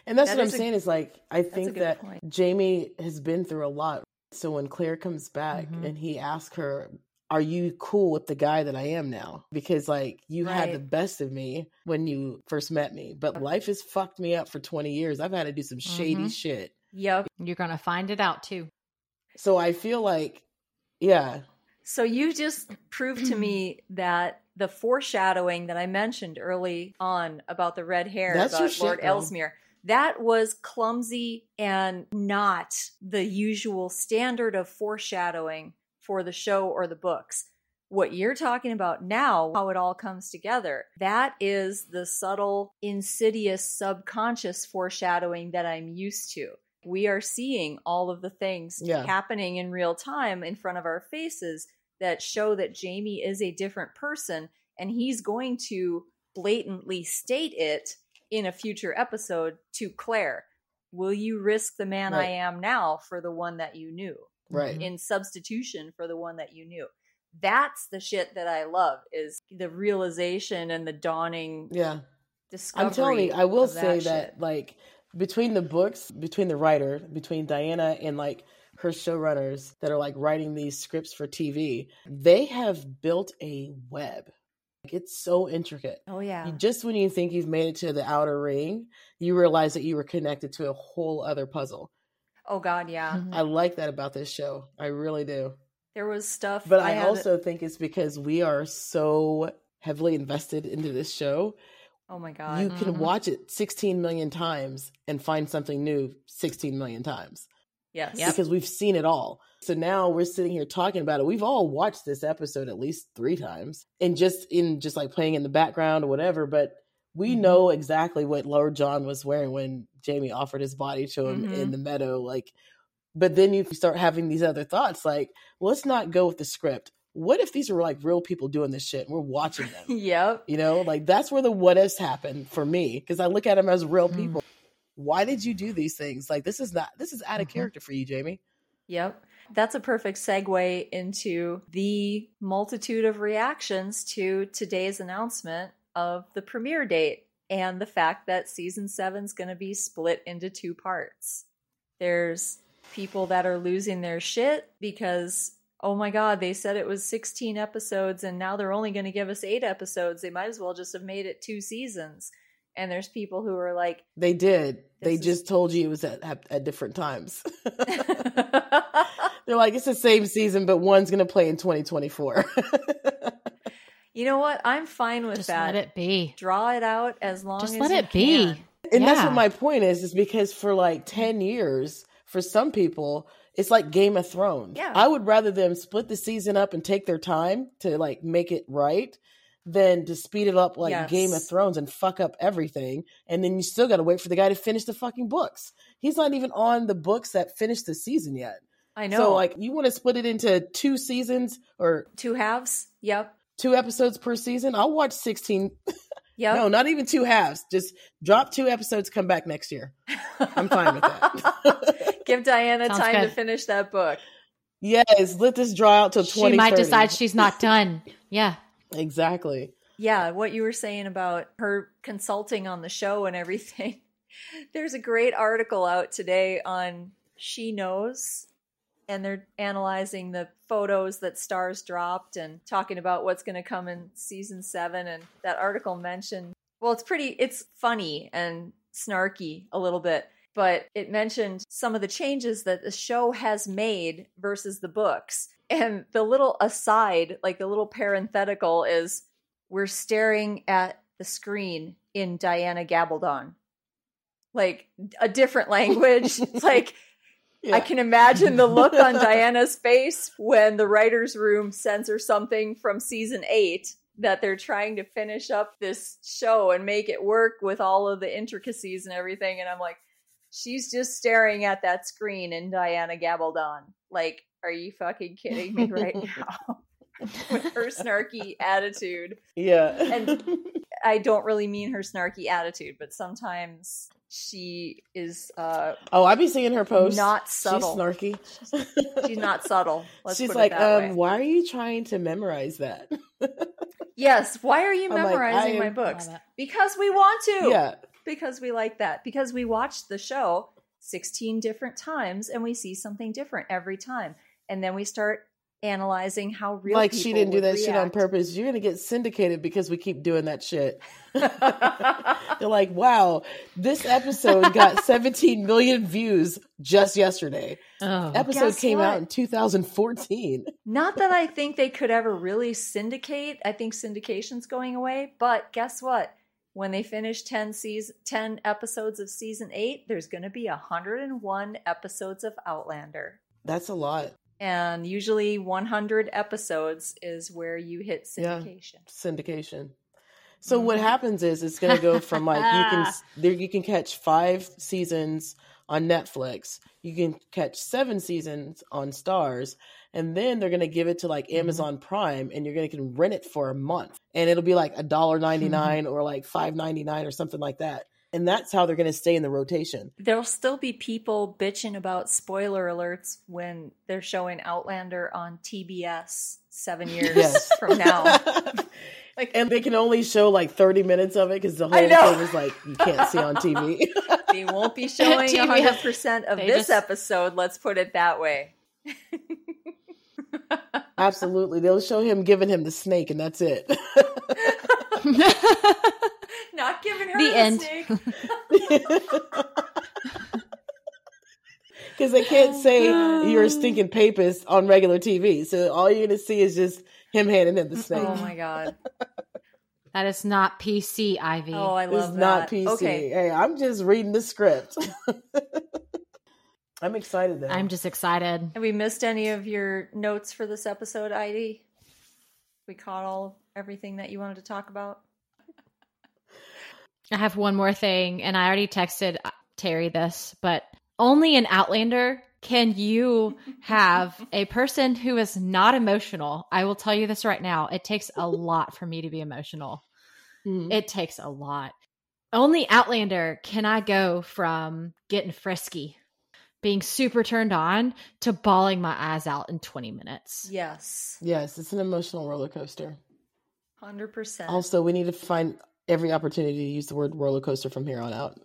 Speaker 1: And that's
Speaker 3: That
Speaker 1: what I'm
Speaker 3: is a-
Speaker 1: saying is like I
Speaker 3: a
Speaker 1: think
Speaker 3: good
Speaker 1: that
Speaker 3: point.
Speaker 1: Jamie has been through a lot. So when Claire comes back
Speaker 3: Mm-hmm.
Speaker 4: Mhm.
Speaker 1: and he asks her, "Are you cool with the guy that I am now?" Because like you had the
Speaker 3: Right.
Speaker 1: best of me when you first met me, but life has fucked me up for 20 years. I've had to do some shady
Speaker 3: Mm-hmm.
Speaker 4: Mhm.
Speaker 1: shit.
Speaker 3: Yep.
Speaker 4: You're going to find it out too.
Speaker 1: So I feel like yeah,
Speaker 3: So you just proved to me that the foreshadowing that I mentioned early on about the red hair
Speaker 1: That's your
Speaker 3: about
Speaker 1: shit,
Speaker 3: Lord
Speaker 1: girl.
Speaker 3: Elsmere. That was clumsy and not the usual standard of foreshadowing for the show or the books. What you're talking about now, how it all comes together, that is the subtle, insidious, subconscious foreshadowing that I'm used to. We are seeing all of the things
Speaker 1: Yeah.
Speaker 3: happening in real time in front of our faces that show that Jamie is a different person and he's going to blatantly state it in a future episode to Claire. Will you risk the man I
Speaker 1: Right.
Speaker 3: am now for the one that you knew
Speaker 1: right.
Speaker 3: in substitution for the one that you knew? That's the shit that I love is the realization and the dawning
Speaker 1: Yeah.
Speaker 3: discovery.
Speaker 1: I'm telling you, I will
Speaker 3: of
Speaker 1: say that,
Speaker 3: shit.
Speaker 1: like between the books, between the writer, between Diana and like her showrunners that are like writing these scripts for TV, they have built a web. Like, it's so intricate.
Speaker 3: Oh yeah.
Speaker 1: You- Just when you think you've made it to the outer ring, you realize that you were connected to a whole other puzzle.
Speaker 3: Oh god, yeah.
Speaker 4: Mhm.
Speaker 1: I like that about this show. I really do.
Speaker 3: There was stuff
Speaker 1: But I,
Speaker 3: had-
Speaker 1: also think it's because we are so heavily invested into this show
Speaker 3: Oh my god.
Speaker 1: you can
Speaker 4: Mhm.
Speaker 1: watch it 16 million times and find something new 16 million times
Speaker 3: yes.
Speaker 4: Yep.
Speaker 1: because we've seen it all. So now we're sitting here talking about it. We've all watched this episode at least 3 times and just in just like playing in the background or whatever, but we
Speaker 4: Mhm.
Speaker 1: know exactly what Lord John was wearing when Jamie offered his body to him in
Speaker 3: Mhm.
Speaker 1: the meadow like but then you start having these other thoughts like let's not go with the script. What if these were like real people doing this shit and we're watching them?
Speaker 3: yep.
Speaker 1: You know, like that's where the what ifs happen for me because I look at them as real
Speaker 4: Hmm.
Speaker 3: Mm-hmm.
Speaker 1: people. Why did you do these things? Like this is not this is out of
Speaker 3: Mm-hmm.
Speaker 4: Mhm.
Speaker 1: character for you, Jamie.
Speaker 3: Yep. That's a perfect segue into the multitude of reactions to today's announcement of the premiere date and the fact that season seven is going to be split into two parts. There's people that are losing their shit because, oh my God, they said it was 16 episodes and now they're only going to give us eight episodes. They might as well just have made it two seasons. And there's people who are like,
Speaker 1: They did. they
Speaker 3: This is-
Speaker 1: just told you it was at, at, at different times. They're like it's the same season, but one's gonna play in 2024.
Speaker 3: you know what? I'm fine with
Speaker 4: Just
Speaker 3: that.
Speaker 4: let it be.
Speaker 3: draw it out as long
Speaker 4: Just
Speaker 3: as
Speaker 4: let
Speaker 3: you
Speaker 4: it be.
Speaker 3: can.
Speaker 1: and that's
Speaker 4: Yeah.
Speaker 1: what my point is. Is because for like 10 years, for some people, it's like Game of Thrones.
Speaker 3: Yeah.
Speaker 1: I would rather them split the season up and take their time to like make it right than to speed it up like Game of
Speaker 3: Yes.
Speaker 1: Thrones and fuck up everything. And then you still got to wait for the guy to finish the fucking books. He's not even on the books that finished the season yet.
Speaker 3: I know.
Speaker 1: So
Speaker 3: like
Speaker 1: like you want to split it into two seasons or
Speaker 3: two halves. Yep.
Speaker 1: two episodes per season? I'll watch 16.
Speaker 3: Yep.
Speaker 1: No, not even two halves. Just drop two episodes, come back next year. I'm fine with that.
Speaker 3: Give Diana
Speaker 4: Sounds
Speaker 3: time to
Speaker 4: good.
Speaker 3: finish that book.
Speaker 1: yes, let this draw out till
Speaker 4: She
Speaker 1: 20.
Speaker 4: might decide she's not done. Yeah.
Speaker 1: exactly.
Speaker 3: Yeah, what you were saying about her consulting on the show and everything. There's a great article out today on She Knows, and they're analyzing the photos that stars dropped and talking about what's going to come in season seven. And that article mentioned, well, it's pretty, it's funny and snarky a little bit, but it mentioned some of the changes that the show has made versus the books. And the little aside, like the little parenthetical, is we're staring at the screen in Diana Gabaldon. Like a different language. It's like
Speaker 1: Yeah.
Speaker 3: I can imagine the look on Diana's face when the writer's room sends her something from season eight that they're trying to finish up this show and make it work with all of the intricacies and everything. And I'm like, she's just staring at that screen in Diana Gabaldon. Like, are you fucking kidding me right now? With her snarky attitude
Speaker 1: yeah.
Speaker 3: and- I don't really mean her snarky attitude, but sometimes she is uh,
Speaker 1: Oh, I be seeing her post.
Speaker 3: not
Speaker 1: She's
Speaker 3: subtle.
Speaker 1: snarky.
Speaker 3: She's not subtle. Let's
Speaker 1: She's
Speaker 3: put
Speaker 1: like,
Speaker 3: it that
Speaker 1: um,
Speaker 3: way.
Speaker 1: why are you trying to memorize that?
Speaker 3: Yes. Why are you
Speaker 1: I'm like,
Speaker 3: memorizing
Speaker 1: I-
Speaker 3: my books?
Speaker 4: Love it.
Speaker 3: Because we want to.
Speaker 1: yeah.
Speaker 3: Because we like that. Because we watched the show 16 different times and we see something different every time. And then we start analyzing how real
Speaker 1: Like she
Speaker 3: people
Speaker 1: didn't do
Speaker 3: would
Speaker 1: that shit on
Speaker 3: react.
Speaker 1: purpose. You're gonna get syndicated because we keep doing that shit. They're like, wow, this episode got 17 million views just yesterday.
Speaker 4: Oh.
Speaker 1: Episode
Speaker 3: Guess
Speaker 1: came
Speaker 3: what?
Speaker 1: out in 2014.
Speaker 3: Not that I think they could ever really syndicate. I think syndication's going away. But guess what? When they finish 10 season, 10 episodes of season 8, there's going to be 101 episodes of Outlander.
Speaker 1: That's a lot.
Speaker 3: And usually 100 episodes is where you hit
Speaker 1: Yeah.
Speaker 3: syndication.
Speaker 1: syndication. So what
Speaker 3: Mm-hmm.
Speaker 1: happens is it's going to go from like you can there you can catch 5 seasons on Netflix. You can catch 7 seasons on Stars and then they're going to give it to
Speaker 3: Mm-hmm.
Speaker 1: like Amazon Prime and you're going to can rent it for a month and it'll be like a dollar 99 or like 5.99 or something like that. And that's how they're going to stay in the rotation.
Speaker 3: There'll still be people bitching about spoiler alerts when they're showing Outlander on TBS 7 years
Speaker 1: Yes.
Speaker 3: from now.
Speaker 1: like and they can only show like 30 minutes of it cuz the whole
Speaker 3: I know.
Speaker 1: thing is like you can't see on TV.
Speaker 3: they won't be showing
Speaker 4: TV.
Speaker 3: 100% of
Speaker 4: They
Speaker 3: this
Speaker 4: just-
Speaker 3: episode let's put it that way
Speaker 1: Absolutely. They'll show him giving him the snake and that's it.
Speaker 3: not giving her
Speaker 4: The
Speaker 3: the
Speaker 4: end.
Speaker 3: snake.
Speaker 1: Because they can't
Speaker 3: Oh,
Speaker 1: say you're a stinking papist on regular TV. So all you're going to see is just him handing him the snake.
Speaker 3: oh my god
Speaker 4: That is not PC, Ivy.
Speaker 3: oh i
Speaker 1: It's
Speaker 3: love
Speaker 1: not
Speaker 3: that
Speaker 1: PC.
Speaker 3: okay
Speaker 1: Hey, I'm just reading the script. I'm excited though.
Speaker 4: I'm just excited.
Speaker 3: have we missed any of your notes for this episode id we caught all everything that you wanted to talk about
Speaker 4: I have one more thing, and I already texted uh, Terry this, but only in Outlander can you have a person who is not emotional. I will tell you this right now. It takes a lot for me to be emotional.
Speaker 1: Mhm.
Speaker 4: It takes a lot. Only Outlander can I go from getting frisky, being super turned on, to bawling my eyes out in 20 minutes.
Speaker 3: yes
Speaker 1: yes, it's an emotional roller coaster.
Speaker 3: 100%
Speaker 1: Also, we need to find every opportunity to use the word roller coaster from here on out.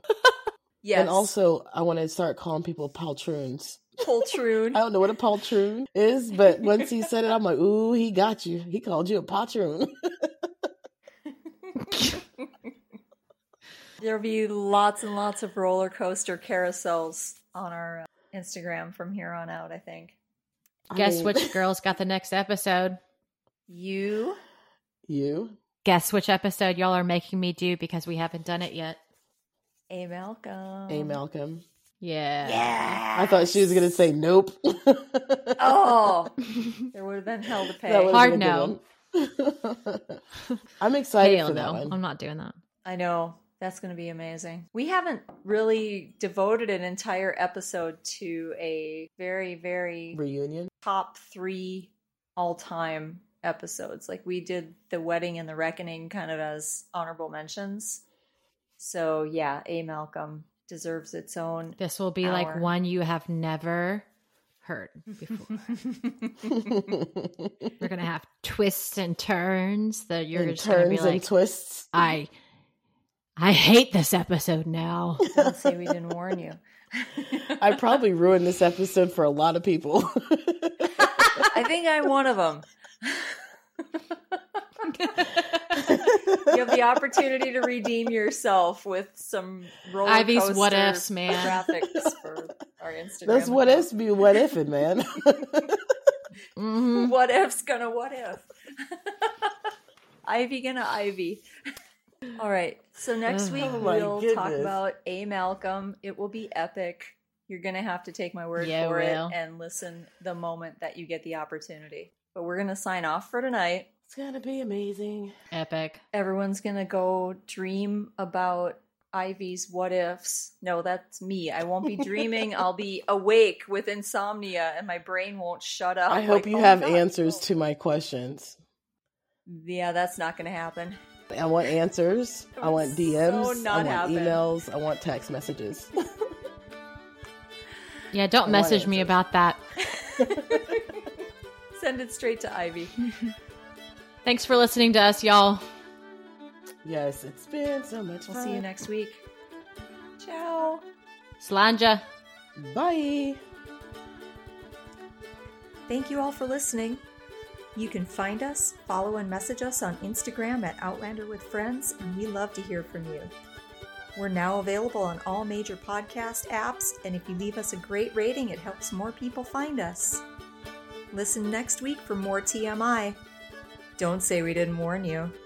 Speaker 3: yes
Speaker 1: And also, I want to start calling people paltroons.
Speaker 3: poltroon
Speaker 1: I don't know what a paltroon is, but once he said it, I'm like, ooh, he got you. He called you a paltroon.
Speaker 3: There'll be lots and lots of roller coaster carousels on our uh, Instagram from here on out, I think.
Speaker 1: I
Speaker 4: Guess
Speaker 1: mean,
Speaker 4: which girl's got the next episode?
Speaker 3: You
Speaker 1: You.
Speaker 4: Guess which episode y'all are making me do because we haven't done it yet.
Speaker 3: A Malcolm.
Speaker 1: Hey, Malcolm.
Speaker 4: Yeah.
Speaker 3: Yeah.
Speaker 1: I thought she was going to say nope.
Speaker 3: Oh, there would have been hell to
Speaker 1: That
Speaker 3: pay.
Speaker 1: would've
Speaker 4: Hard
Speaker 1: been a good one. I'm excited
Speaker 4: Hell
Speaker 1: for that
Speaker 4: no.
Speaker 1: one.
Speaker 4: I'm not doing that.
Speaker 3: I know. That's going to be amazing. We haven't really devoted an entire episode to a very, very
Speaker 1: Reunion.
Speaker 3: top three all time episodes. Like we did The Wedding and The Reckoning kind of as honorable mentions. So, yeah, A Malcolm deserves its own.
Speaker 4: This will be like
Speaker 3: Hour.
Speaker 4: one you have never heard before. We're gonna have twists and turns that you're
Speaker 1: and
Speaker 4: just gonna be
Speaker 1: turns
Speaker 4: like,
Speaker 1: and twists.
Speaker 4: I, I hate this episode now.
Speaker 3: Don't say we didn't warn you.
Speaker 1: I probably ruined this episode for a lot of people.
Speaker 3: I think I'm one of them. you have the opportunity to redeem yourself with some roller
Speaker 4: Ivy's
Speaker 3: coaster
Speaker 4: what ifs, man.
Speaker 3: graphics for our Instagram.
Speaker 1: That's what
Speaker 3: account.
Speaker 1: ifs be what if it, man.
Speaker 4: Mhm.
Speaker 3: What if's gonna what if? Ivy gonna Ivy. All right. So next week
Speaker 1: Oh my
Speaker 3: we'll talk
Speaker 1: goodness.
Speaker 3: about A Malcolm. It will be epic. You're gonna have to take my word
Speaker 4: Yeah,
Speaker 3: for
Speaker 4: will.
Speaker 3: it and listen the moment that you get the opportunity. But we're gonna sign off for tonight.
Speaker 1: it's gonna be amazing.
Speaker 4: Epic.
Speaker 3: Everyone's gonna go dream about Ivy's what ifs. No, that's me. I won't be dreaming. I'll be awake with insomnia and my brain won't shut up.
Speaker 1: I
Speaker 3: Like,
Speaker 1: hope you
Speaker 3: oh my
Speaker 1: have
Speaker 3: God,
Speaker 1: answers
Speaker 3: no.
Speaker 1: to my questions.
Speaker 3: Yeah, that's not going to happen.
Speaker 1: I want answers. I want
Speaker 3: So
Speaker 1: DMs. I
Speaker 3: not
Speaker 1: want
Speaker 3: happen.
Speaker 1: emails. I want text messages.
Speaker 4: Yeah, don't
Speaker 1: What
Speaker 4: message me
Speaker 1: answers?
Speaker 4: about that.
Speaker 3: Send it straight to Ivy.
Speaker 4: Thanks for listening to us, y'all.
Speaker 1: yes, it's been so much
Speaker 3: We'll
Speaker 1: fun.
Speaker 3: see you next week. Ciao.
Speaker 4: Slanja.
Speaker 1: Bye.
Speaker 3: Thank you all for listening. You can find us, follow, and message us on Instagram at Outlander with Friends, and we love to hear from you. We're now available on all major podcast apps, and if you leave us a great rating, it helps more people find us. Listen next week for more TMI. Don't say we didn't warn you.